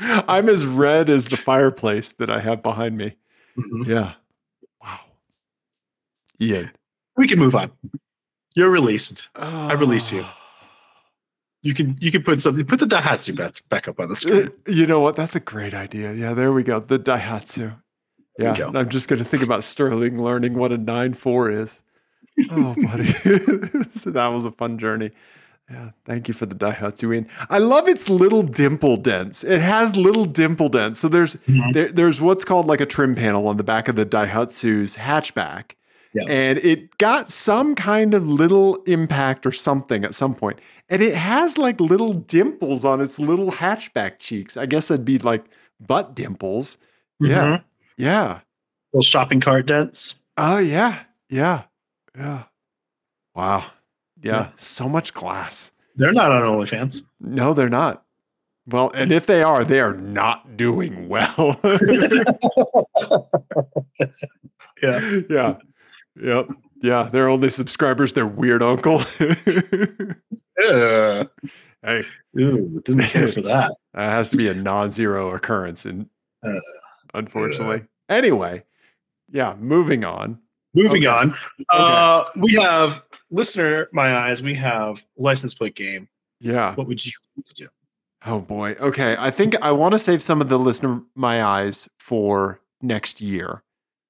A: I'm as red as the fireplace that I have behind me.
B: Mhm.
A: Yeah. Wow. Ian.
B: We can move on. You're released.
A: I
B: release you.
A: Ah.
B: You can you can put something put the Daihatsu back, back up on the screen.
A: Uh, You know what? That's a great idea. Yeah, there we go. The Daihatsu.
B: There
A: Yeah,
B: we go.
A: and I'm just going to think about Sterling learning what a 9-4 is. Oh, buddy. so that was a fun journey. Yeah, thank you for the Daihatsu in. I love its little dimple dents. It has little dimple dents. So there's
B: Mhm.
A: there, there's what's called like a trim panel on the back of the Daihatsu's hatchback.
B: Yeah.
A: And it got some kind of little impact or something at some point. And it has like little dimples on its little hatchback cheeks. I guess that'd be like butt dimples. Yeah.
B: Mhm.
A: Yeah.
B: Little shopping cart dents.
A: Oh yeah. Yeah. Yeah. Wow. yeah.
B: Yeah.
A: So much glass.
B: They're not on OnlyFans.
A: No, they're not. Well, and if they are, they are not doing well.
B: Yeah.
A: yeah. Yep. Yeah. Their only subscribers, their weird uncle. hey, Uh.
B: Ugh. Ooh, didn't care for that.
A: that has to be a non zero occurrence, and
B: Uh,
A: unfortunately. Anyway, yeah, moving on.
B: Moving
A: Okay.
B: on. Uh, we have listener, my eyes. We have license plate game.
A: Yeah.
B: What would you do?
A: Oh boy. Okay. I think I want to save some of the listener my eyes for next year.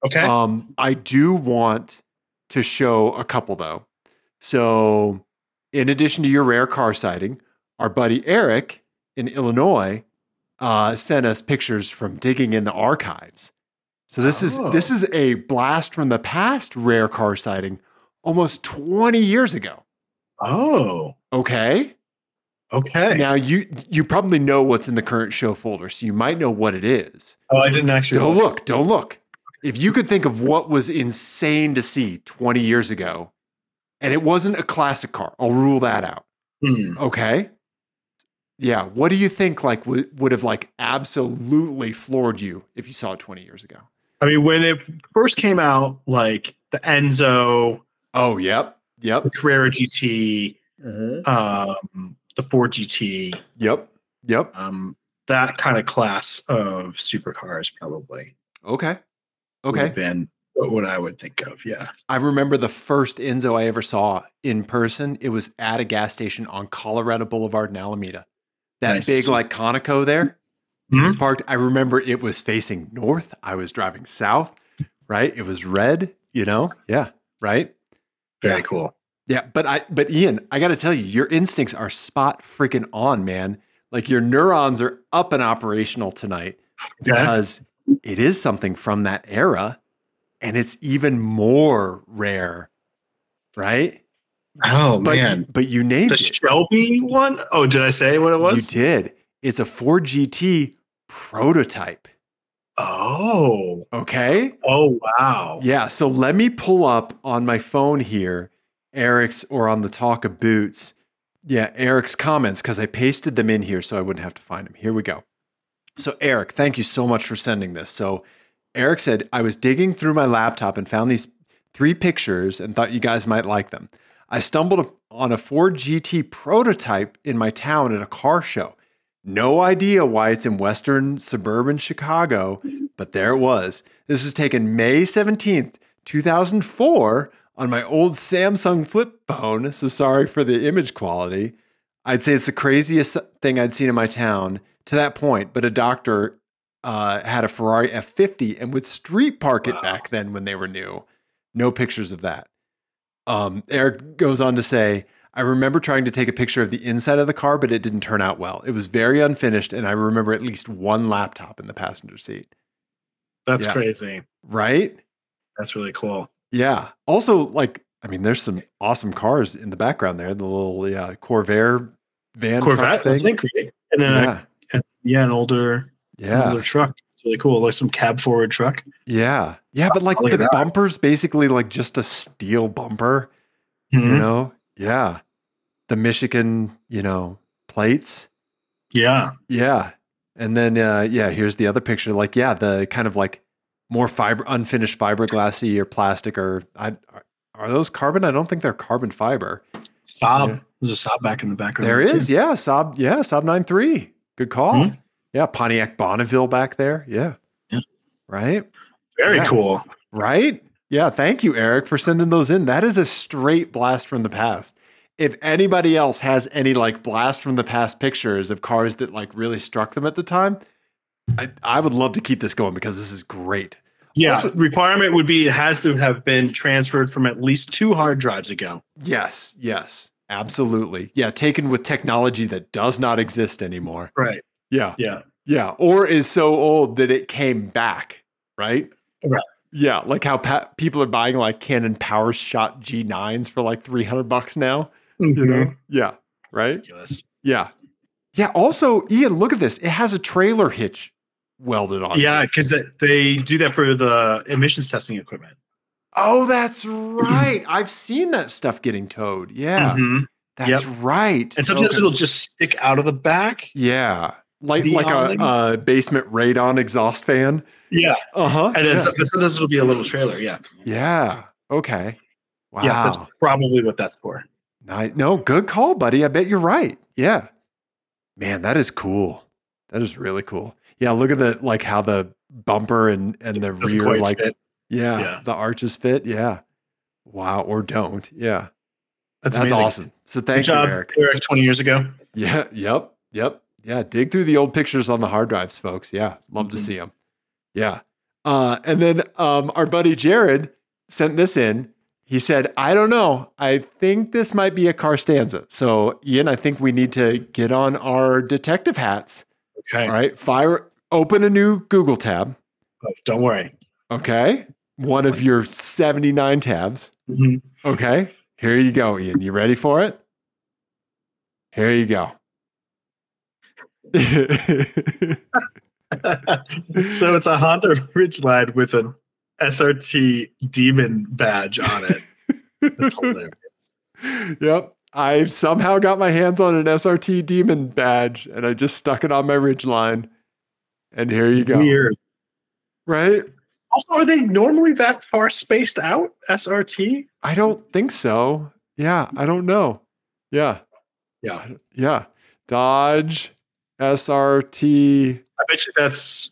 B: Okay.
A: Um, I do want to show a couple though. So, in addition to your rare car sighting, our buddy Eric in Illinois uh, sent us pictures from digging in the archives. So this
B: Oh.
A: is this is a blast from the past rare car sighting, almost 20 years ago.
B: oh.
A: Okay.
B: Okay.
A: Now you you probably know what's in the current show folder, so you might know what it is.
B: oh, I didn't actually.
A: Don't look. Don't look. If you could think of what was insane to see 20 years ago, and it wasn't a classic car, I'll rule that out.
B: Hmm.
A: Okay. Yeah. What do you think like w- would have like absolutely floored you if you saw it 20 years ago?
B: I mean, when it first came out, like the Enzo,
A: Oh, yep. Yep.
B: the Carrera GT, Mm-hmm. um, the Ford GT,
A: Yep. Yep.
B: um, that kind of class of supercars probably.
A: Okay.
B: would
A: Okay.
B: have Been what I would think of. Yeah.
A: I remember the first Enzo I ever saw in person. It was at a gas station on Colorado Boulevard in Alameda. That
B: Nice.
A: big like Conoco there. It
B: Mhm.
A: was parked. I remember it was facing north. I was driving south, right? It was red, you know? Yeah, right?
B: Very
A: Yeah.
B: cool.
A: Yeah, but I but Ian, I got to tell you, your instincts are spot freaking on, man. Like your neurons are up and operational tonight
B: Okay.
A: because it is something from that era and it's even more rare. Right?
B: Oh
A: But you, but you named
B: the
A: it.
B: Shelby one? Oh, did I say what it
A: You
B: was?
A: did. It's a Ford GT prototype.
B: Oh,
A: Okay?
B: oh wow.
A: Yeah, so let me pull up on my phone here Eric's or on the Talk of Boots. Yeah, Eric's comments because I pasted them in here so I wouldn't have to find them. Here we go. So, Eric, thank you so much for sending this. So, Eric said, I was digging through my laptop and found these three pictures and thought you guys might like them. I stumbled on a Ford GT prototype in my town at a car show. No idea why it's in western suburban Chicago, but there it was. This was taken May 17th, 2004, on my old Samsung flip phone. So sorry for the image quality. I'd say it's the craziest thing I'd seen in my town to that point, but a doctor uh, had a Ferrari F50 and would street park it
B: Wow.
A: back then when they were new. No pictures of that. Um, Eric goes on to say, I remember trying to take a picture of the inside of the car, but it didn't turn out well. It was very unfinished, and I remember at least one laptop in the passenger seat.
B: That's
A: Yeah.
B: crazy.
A: Right?
B: That's really cool.
A: Yeah. Also, like, I mean, there's some awesome cars in the background there. The little yeah, Corvair van truck
B: Corvette, I
A: thing.
B: think, right? and then yeah,
A: Yeah.
B: yeah an older, an
A: Yeah.
B: older truck. It's really cool, like some cab forward truck.
A: Yeah. Yeah. But like
B: Look
A: the
B: at that.
A: bumper's basically like just a steel bumper, you
B: Mhm.
A: know? Yeah. The Michigan, you know, plates.
B: Yeah,
A: Yeah. And then uh yeah, here's the other picture. Like, yeah, the kind of like more fiber unfinished fiberglassy or plastic or I are- are those carbon? I don't think they're carbon fiber.
B: Saab.
A: Yeah.
B: There's a Saab back in the background.
A: There
B: too.
A: is, yeah, Saab, yeah, Saab 93. Good call.
B: Hmm.
A: Yeah, Pontiac Bonneville back there. Yeah.
B: Yeah.
A: Right?
B: Very
A: Yeah.
B: cool.
A: Right? Yeah, thank you, Eric, for sending those in. That is a straight blast from the past. If anybody else has any like blast from the past pictures of cars that like really struck them at the time, I, I would love to keep this going because this is great.
B: Yeah,
A: Also-
B: requirement would be it has to have been transferred from at least two hard drives ago.
A: Yes, yes, absolutely. Yeah, taken with technology that does not exist anymore.
B: Right.
A: Yeah,
B: Yeah.
A: yeah, or is so old that it came back, right?
B: Right.
A: Yeah, like how pa- people are buying like Canon PowerShot G9s for like 300 bucks now. you
B: Mm-hmm.
A: know yeah right
B: Ridiculous.
A: yeah yeah also ian look at this it has a trailer hitch welded on.
B: Yeah,
A: there.
B: because they do that for the emissions testing equipment.
A: Oh, that's
B: Mm-hmm.
A: right. I've seen that stuff getting towed. Yeah.
B: Mhm.
A: That's right.
B: And sometimes
A: Okay.
B: it'll just stick out of the back.
A: Yeah. Like
B: Be
A: like
B: on
A: a,
B: the-
A: a basement radon exhaust fan.
B: Yeah,
A: Uh-huh.
B: and then
A: yeah.
B: some- sometimes it'll be a little trailer. Yeah,
A: yeah. Okay. Wow.
B: yeah, that's probably what that's for.
A: Ni- No, good call, buddy. I bet you're right. Yeah. Man, that is cool. That is really cool. Yeah, look at the like how the bumper and and the
B: Doesn't
A: rear
B: quite
A: like
B: fit.
A: Yeah,
B: Yeah.
A: the arches fit. Yeah. Wow, or don't. Yeah. That's,
B: amazing.
A: awesome. So
B: Good
A: thank you,
B: job,
A: Eric.
B: Eric. Twenty years ago.
A: Yeah. Yep. Yep. Yeah. Dig through the old pictures on the hard drives, folks. Yeah. Love to
B: Mhm.
A: see them. Yeah. Uh, and then um, our buddy Jared sent this in. He said, I don't know. I think this might be a car stanza. So, Ian, I think we need to get on our detective hats.
B: Okay,
A: All right. Fire, open a new Google tab.
B: Oh, don't worry.
A: Okay. One of your 79 tabs.
B: Mhm.
A: Okay. Here you go, Ian. You ready for it? Here you go.
B: so it's a Honda Ridgeline with an SRT Demon badge on it. That's hilarious.
A: yep. I somehow got my hands on an SRT demon badge and I just stuck it on my ridge line. And here you go.
B: Weird.
A: Right?
B: Also, are they normally that far spaced out? SRT?
A: I don't think so. Yeah, I don't know. Yeah.
B: Yeah.
A: I don't- Yeah. Dodge SRT.
B: I bet you that's.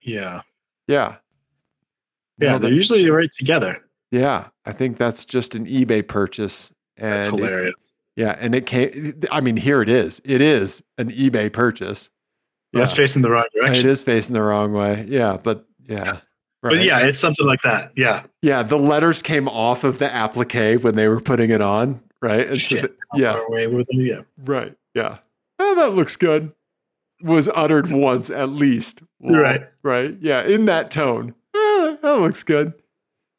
B: Yeah.
A: Yeah.
B: Yeah,
A: No,
B: they're
A: that-
B: usually right together.
A: yeah. I think that's just an eBay purchase.
B: That's
A: And it-
B: hilarious.
A: Yeah, and it came. I mean, here it is. It is an eBay purchase. Yeah,
B: That's facing the wrong
A: it
B: direction.
A: is facing the wrong way. Yeah, but yeah,
B: Yeah.
A: Right.
B: But yeah, it's something like that. Yeah.
A: yeah. The letters came off of the applique when they were putting it on, right? And so
B: Shit.
A: the- yeah,
B: Far away with it, yeah.
A: right. Yeah, oh, that looks good. Was uttered once at least.
B: You're right.
A: Right. Yeah, in that tone. Eh, that looks good.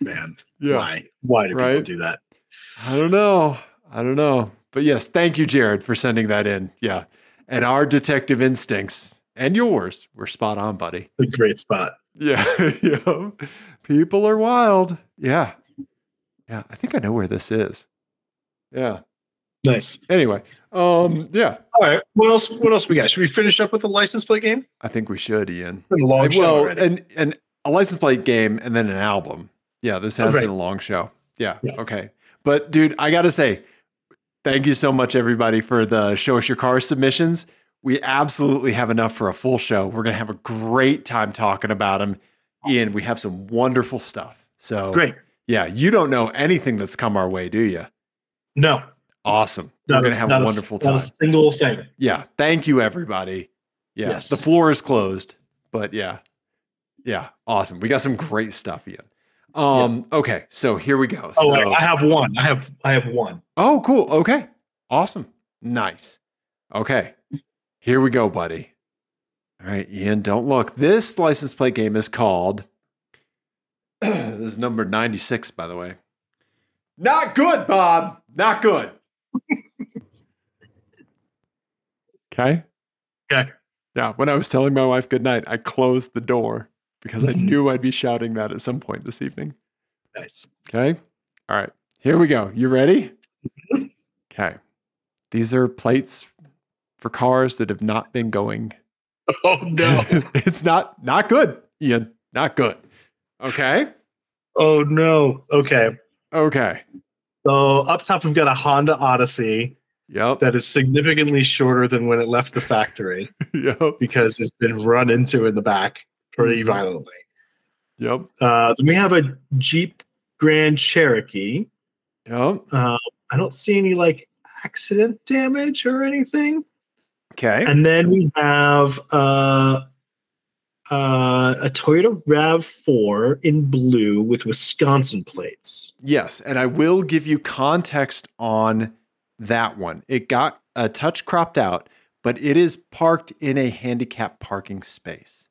B: Man.
A: Yeah.
B: Why? Why do
A: Right?
B: people do that?
A: I don't know. I don't know. But yes, thank you, Jared, for sending that in. Yeah. And our detective instincts and yours were spot on, buddy.
B: A great spot.
A: Yeah. yeah. People are wild. Yeah. Yeah. I think I know where this is. Yeah.
B: Nice.
A: Anyway. Um, yeah.
B: All right. What else what else we got? Should we finish up with the license plate game?
A: I think we should, Ian.
B: It's been a long show
A: well,
B: Oh, already.
A: and and a license plate game and then an album. Yeah, this has
B: Right.
A: been a long show. Yeah,
B: Yeah.
A: Okay. But dude, I gotta say, thank you so much, everybody, for the show us your car submissions. We absolutely have enough for a full show. We're gonna have a great time talking about them. Ian, we have some wonderful stuff. So
B: Great.
A: Yeah, you don't know anything that's come our way, do you?
B: No.
A: Awesome. We're
B: not
A: gonna have a
B: not
A: wonderful
B: Not
A: time.
B: a single thing.
A: Yeah. Thank you, everybody. Yeah.
B: Yes.
A: The floor is closed, but yeah. Yeah. Awesome. We got some great stuff, Ian. Um, okay. So here we go.
B: Oh,
A: so,
B: wait, I have one. I have I have one.
A: oh, cool. Okay. Awesome. Nice. Okay. Here we go, buddy. All right, Ian, don't look. This license plate game is called. this is number 96, by the way. Not good, Bob. Not good. okay.
B: Okay.
A: Yeah. When I was telling my wife goodnight, I closed the door because I knew I'd be shouting that at some point this evening.
B: Nice.
A: Okay. All right. Here we go. You ready? Okay. These are plates for cars that have not been going.
B: Oh no.
A: it's not not good, Ian. Not good. Okay.
B: oh no. Okay.
A: Okay.
B: So up top we've got a Honda Odyssey
A: Yep.
B: that is significantly shorter than when it left the factory
A: Yep.
B: because it's been run into in the back pretty
A: Mm-hmm.
B: violently.
A: Yep.
B: Uh, then we have a Jeep Grand Cherokee.
A: Yep.
B: Uh, I don't see any like accident damage or anything.
A: Okay.
B: And then we have uh, uh, a Toyota Rav4 in blue with Wisconsin plates.
A: Yes, and I will give you context on that one. It got a touch cropped out, but it is parked in a handicap parking space.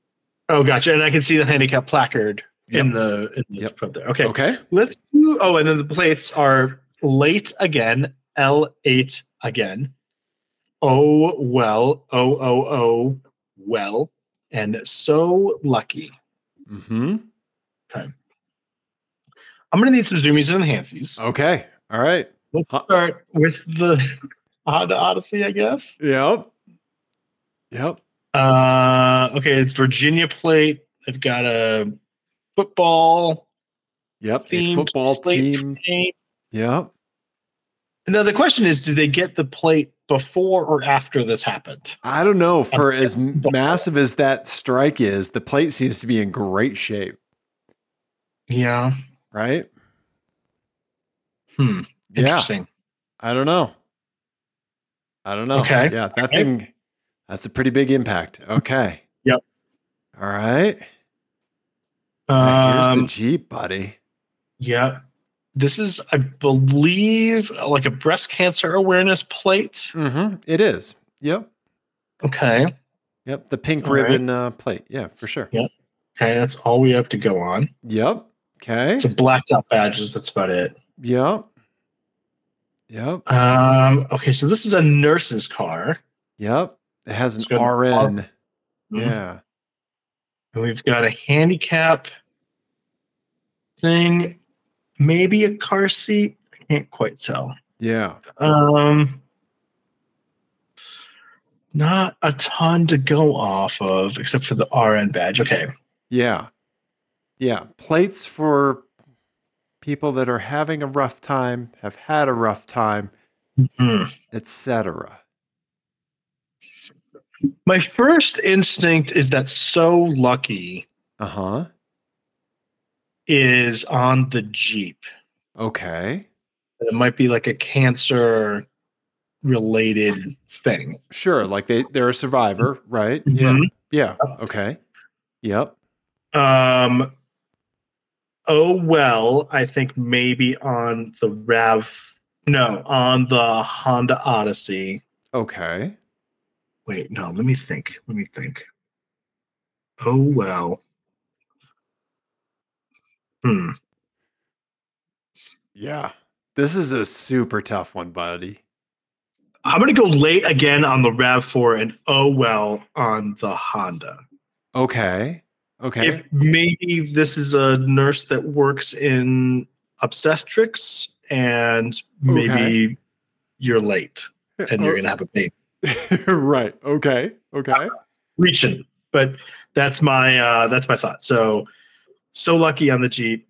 B: Oh, gotcha. And I can see the handicap placard in
A: Yep.
B: the, in the
A: Yep.
B: front there. Okay.
A: Okay.
B: Let's do. Oh, and then the plates are late again, L8 again. Oh, well, oh, oh, oh, well, and so lucky.
A: Mm-hmm.
B: I'm gonna need some zoomies and enhancies.
A: Okay. All right.
B: Let's start with the Honda Odyssey, I guess.
A: Yep. Yep.
B: Uh, okay, it's Virginia plate. They've got a football
A: Yep. A
B: themed
A: football
B: plate
A: team.
B: train.
A: Yep.
B: Now the question is, did they get the plate before or after this happened?
A: I don't know. For as
B: it's the-
A: massive as that strike is, the plate seems to be in great shape,
B: Yeah.
A: right?
B: Hmm.
A: Yeah.
B: Interesting.
A: I don't know. I don't know.
B: Okay.
A: Yeah, that
B: Okay.
A: thing that's a pretty big impact. Okay.
B: Yep.
A: All right. Here's
B: Um,
A: the Jeep, buddy.
B: yeah. This is, I believe, like a breast cancer awareness plate.
A: Mm-hmm. It is. Yep.
B: Okay.
A: Yep. The pink
B: All right.
A: ribbon uh, plate. Yeah, for sure.
B: Yeah. Okay, that's all we have to go on.
A: Yep. Okay.
B: Some blacked out badges. That's about it.
A: Yep. Yep.
B: Um, okay, so this is a nurse's car.
A: Yep. It has
B: It's
A: an
B: got an
A: RN.
B: Mhm.
A: Yeah.
B: And we've got a handicap thing, maybe a car seat. I can't quite tell.
A: Yeah.
B: Um, not a ton to go off of except for the RN badge. Okay.
A: Yeah. Yeah. Plates for people that are having a rough time, have had a rough time,
B: Hmm.
A: etc.
B: My first instinct is that so lucky
A: Uh-huh.
B: is on the Jeep.
A: Okay.
B: It might be like a cancer related thing.
A: Sure. Like they they're a survivor, right? Yeah. Yeah. Okay. Yep.
B: Um, oh well, I think maybe on the Rav, no, on the Honda Odyssey.
A: Okay.
B: Wait, no, let me think. Let me think. Oh well. Hmm.
A: Yeah. This is a super tough one, buddy.
B: I'm gonna go late again on the Rav4 and oh well on the Honda.
A: Okay. Okay.
B: If maybe this is a nurse that works in obstetrics and maybe you're late and
A: Oh.
B: you're gonna have a baby.
A: right. Okay. Okay.
B: reaching but that's my uh that's my thought so so lucky on the jeep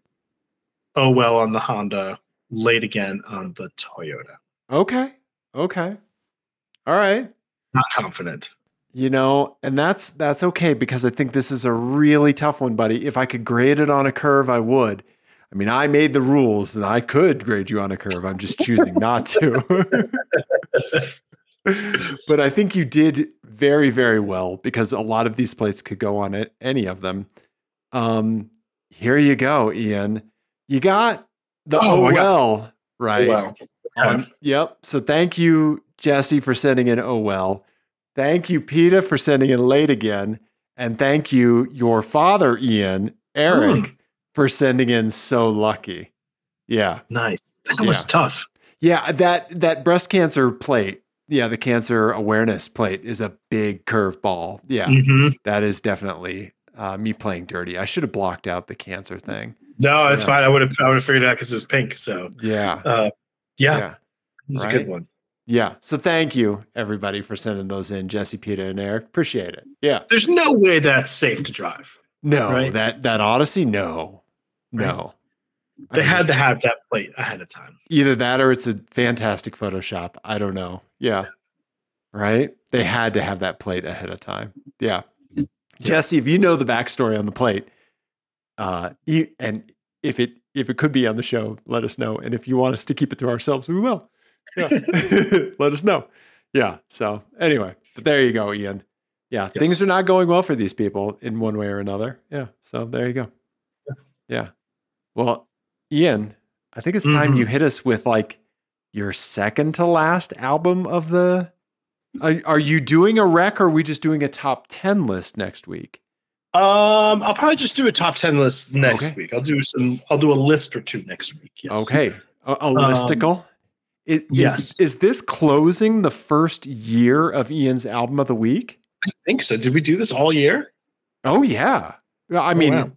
B: oh well on the honda late again on the toyota
A: Okay. Okay. All right.
B: not confident
A: You know, and that's that's okay because I think this is a really tough one, buddy. If I could grade it on a curve, I would. I mean, I made the rules and I could grade you on a curve. I'm just choosing not to. but I think you did very, very well because a lot of these plates could go on it, any of them. Um, here you go, Ian. You got the
B: Oh, I got-
A: OL, right?
B: well
A: Um, yep. So thank you, Jesse, for sending in Oh Well. Thank you, PETA, for sending in Late Again. And thank you, your father, Ian, Eric,
B: Hmm.
A: for sending in So Lucky. Yeah.
B: nice that was
A: Yeah.
B: tough
A: Yeah. That, that breast cancer plate, yeah, the cancer awareness plate is a big curveball. Yeah.
B: Mhm.
A: That is definitely uh, me playing dirty. I should have blocked out the cancer thing.
B: no it's
A: Yeah.
B: fine i would have i would have figured it out because it was pink so
A: Yeah.
B: uh yeah,
A: Yeah.
B: it's a
A: right?
B: good one
A: Yeah. So thank you, everybody, for sending those in, Jesse, PETA, and Eric. Appreciate it. Yeah.
B: there's no way that's safe to drive
A: No,
B: Right?
A: that that Odyssey, no, no. I
B: they
A: mean,
B: had to have that plate ahead of time
A: either that or it's a fantastic Photoshop. I don't know. Yeah, right. They had to have that plate ahead of time. Yeah, Jesse, if you know the backstory on the plate, uh, you, and if it if it could be on the show, let us know. And if you want us to keep it to ourselves, we will. Yeah, let us know. Yeah. So anyway, but there you go, Ian. Yeah,
B: Yes.
A: things are not going well for these people in one way or another. Yeah. So there you go. Yeah. Well, Ian, I think it's time
B: Mhm.
A: you hit us with like your second to last album of the. Are, are you doing a rec or are we just doing a top 10 list next week?
B: um i'll probably just do a top 10 list next
A: Okay.
B: week i'll do some i'll do a list or two next week yes Um,
A: Okay. A, a listicle? I- is,
B: yes.
A: Is this closing the first year of Ian's album of the week?
B: think so. Did we do this all year?
A: Oh yeah. Well, I mean,
B: Oh, wow.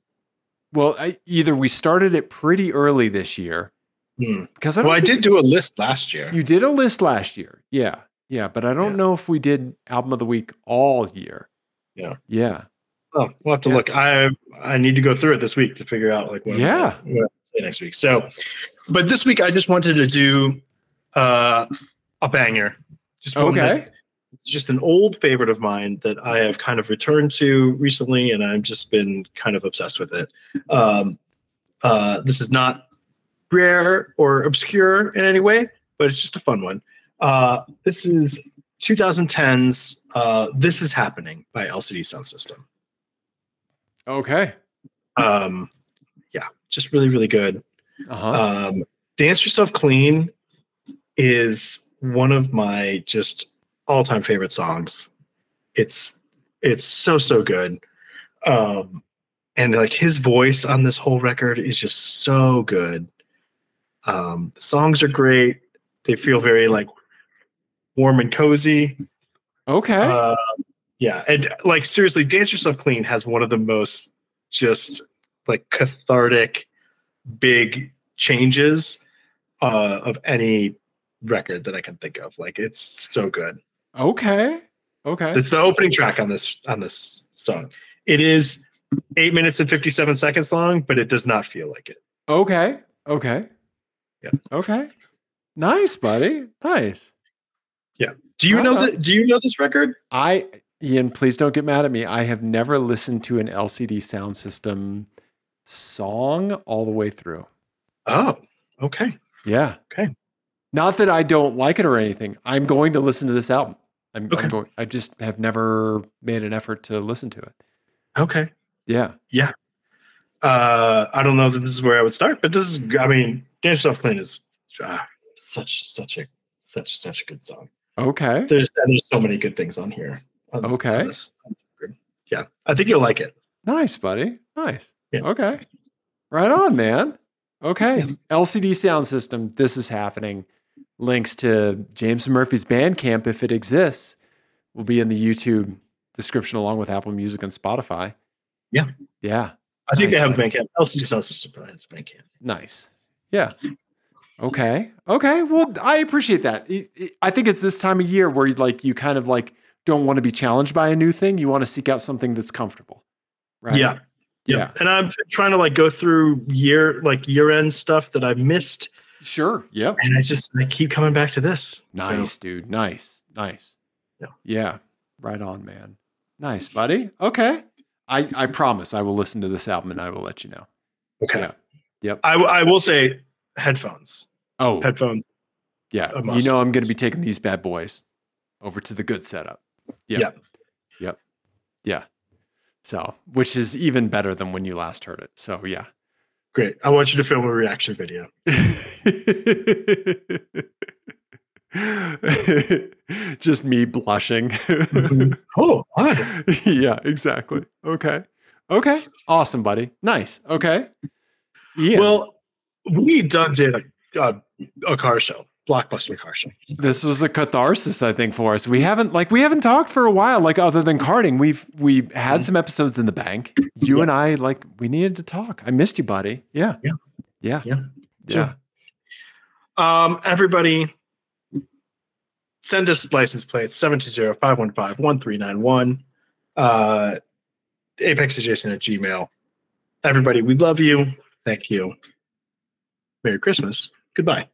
A: well, I, either we started it pretty early this year
B: Hmm.
A: because I don't
B: Well, I
A: think-
B: did do a list last year.
A: You did a list last year. Yeah. Yeah. But I don't
B: Yeah.
A: know if we did album of the week all year.
B: Yeah.
A: Yeah.
B: Oh, we'll have to
A: Yeah.
B: look. I I need to go through it this week to figure out like what I'm
A: Yeah.
B: gonna- what I'm gonna say next week. So, but this week I just wanted to do uh, a banger. Just one
A: Okay.
B: that- it's just an old favorite of mine that I have kind of returned to recently, and I've just been kind of obsessed with it. Um, uh, this is not rare or obscure in any way, but it's just a fun one. Uh, this is 2010's uh, "This Is Happening" by LCD Sound System
A: Okay.
B: um yeah just really really good
A: Uh-huh.
B: um dance yourself clean is one of my just all-time favorite songs it's it's so so good um and like his voice on this whole record is just so good um songs are great they feel very like warm and cozy
A: okay.
B: uh, yeah, and like seriously, Dance Yourself Clean has one of the most just like cathartic big changes uh, of any record that I can think of. Like it's so good.
A: okay. Okay.
B: It's the opening track on this on this song. It is eight minutes and fifty seven seconds long, but it does not feel like it.
A: okay. Okay.
B: Yeah.
A: Okay. Nice, buddy. Nice.
B: Do you know
A: Okay.
B: that? Do you know this record?
A: I Ian, please don't get mad at me. I have never listened to an LCD sound system song all the way through.
B: Oh, okay.
A: Yeah.
B: Okay.
A: Not that I don't like it or anything. I'm going to listen to this album. I'm, I'm
B: Okay.
A: going. I just have never made an effort to listen to it.
B: Okay.
A: Yeah.
B: uh, I don't know that this is where I would start, but this is, I mean, Dance Yourself Clean is ah, such, such a, such, such a good song.
A: Okay.
B: There's, and there's so many good things on here. on- on
A: Okay.
B: this. Yeah. I think you'll like it.
A: Nice, buddy. Nice.
B: Yeah.
A: Okay. Right on, man. Okay.
B: Yeah.
A: LCD sound system. This is happening. Links to James Murphy's Bandcamp, if it exists, will be in the YouTube description along with Apple Music and Spotify.
B: Yeah.
A: Yeah.
B: I think
A: Nice
B: they have a
A: one.
B: bank camp. LCD Sound System probably has a bank camp.
A: Nice. Yeah. Okay. Okay. Well, I appreciate that. I- I- I think it's this time of year where you like you kind of like don't want to be challenged by a new thing. You want to seek out something that's comfortable. Right.
B: Yeah. Yep.
A: Yeah.
B: And I'm trying to like go through year, like year end stuff that I missed.
A: Sure. Yep.
B: And I just, I keep coming back to this. So,
A: Nice, dude. Nice. Nice.
B: Yeah.
A: Yeah. Right on, man. Nice, buddy. Okay. I, I promise I will listen to this album and I will let you know.
B: okay.
A: Yeah. Yep.
B: I, w- I will say headphones.
A: Oh,
B: Headphones.
A: yeah.
B: a
A: You
B: must.
A: know I'm going to be taking these bad boys over to the good setup. Yep.
B: Yep.
A: Yep. Yeah. So, which is even better than when you last heard it. So, yeah.
B: Great. I want you to film a reaction video.
A: Just me blushing.
B: Oh, hi.
A: yeah, exactly. Okay. Okay. Awesome, buddy. Nice. Okay. Yeah.
B: Well, we done did a, uh, a car show, blockbuster car show.
A: this was a catharsis, I think, for us. We haven't like we haven't talked for a while, like other than karting. We've we had some episodes in the bank. You
B: Yeah.
A: and I like we needed to talk. I missed you, buddy. Yeah.
B: Yeah.
A: Yeah.
B: Yeah.
A: Yeah.
B: Um, everybody, send us license plates 720 515 1391, uh, apexadjacent at gmail. Everybody, we love you. Thank you. Merry Christmas. Goodbye.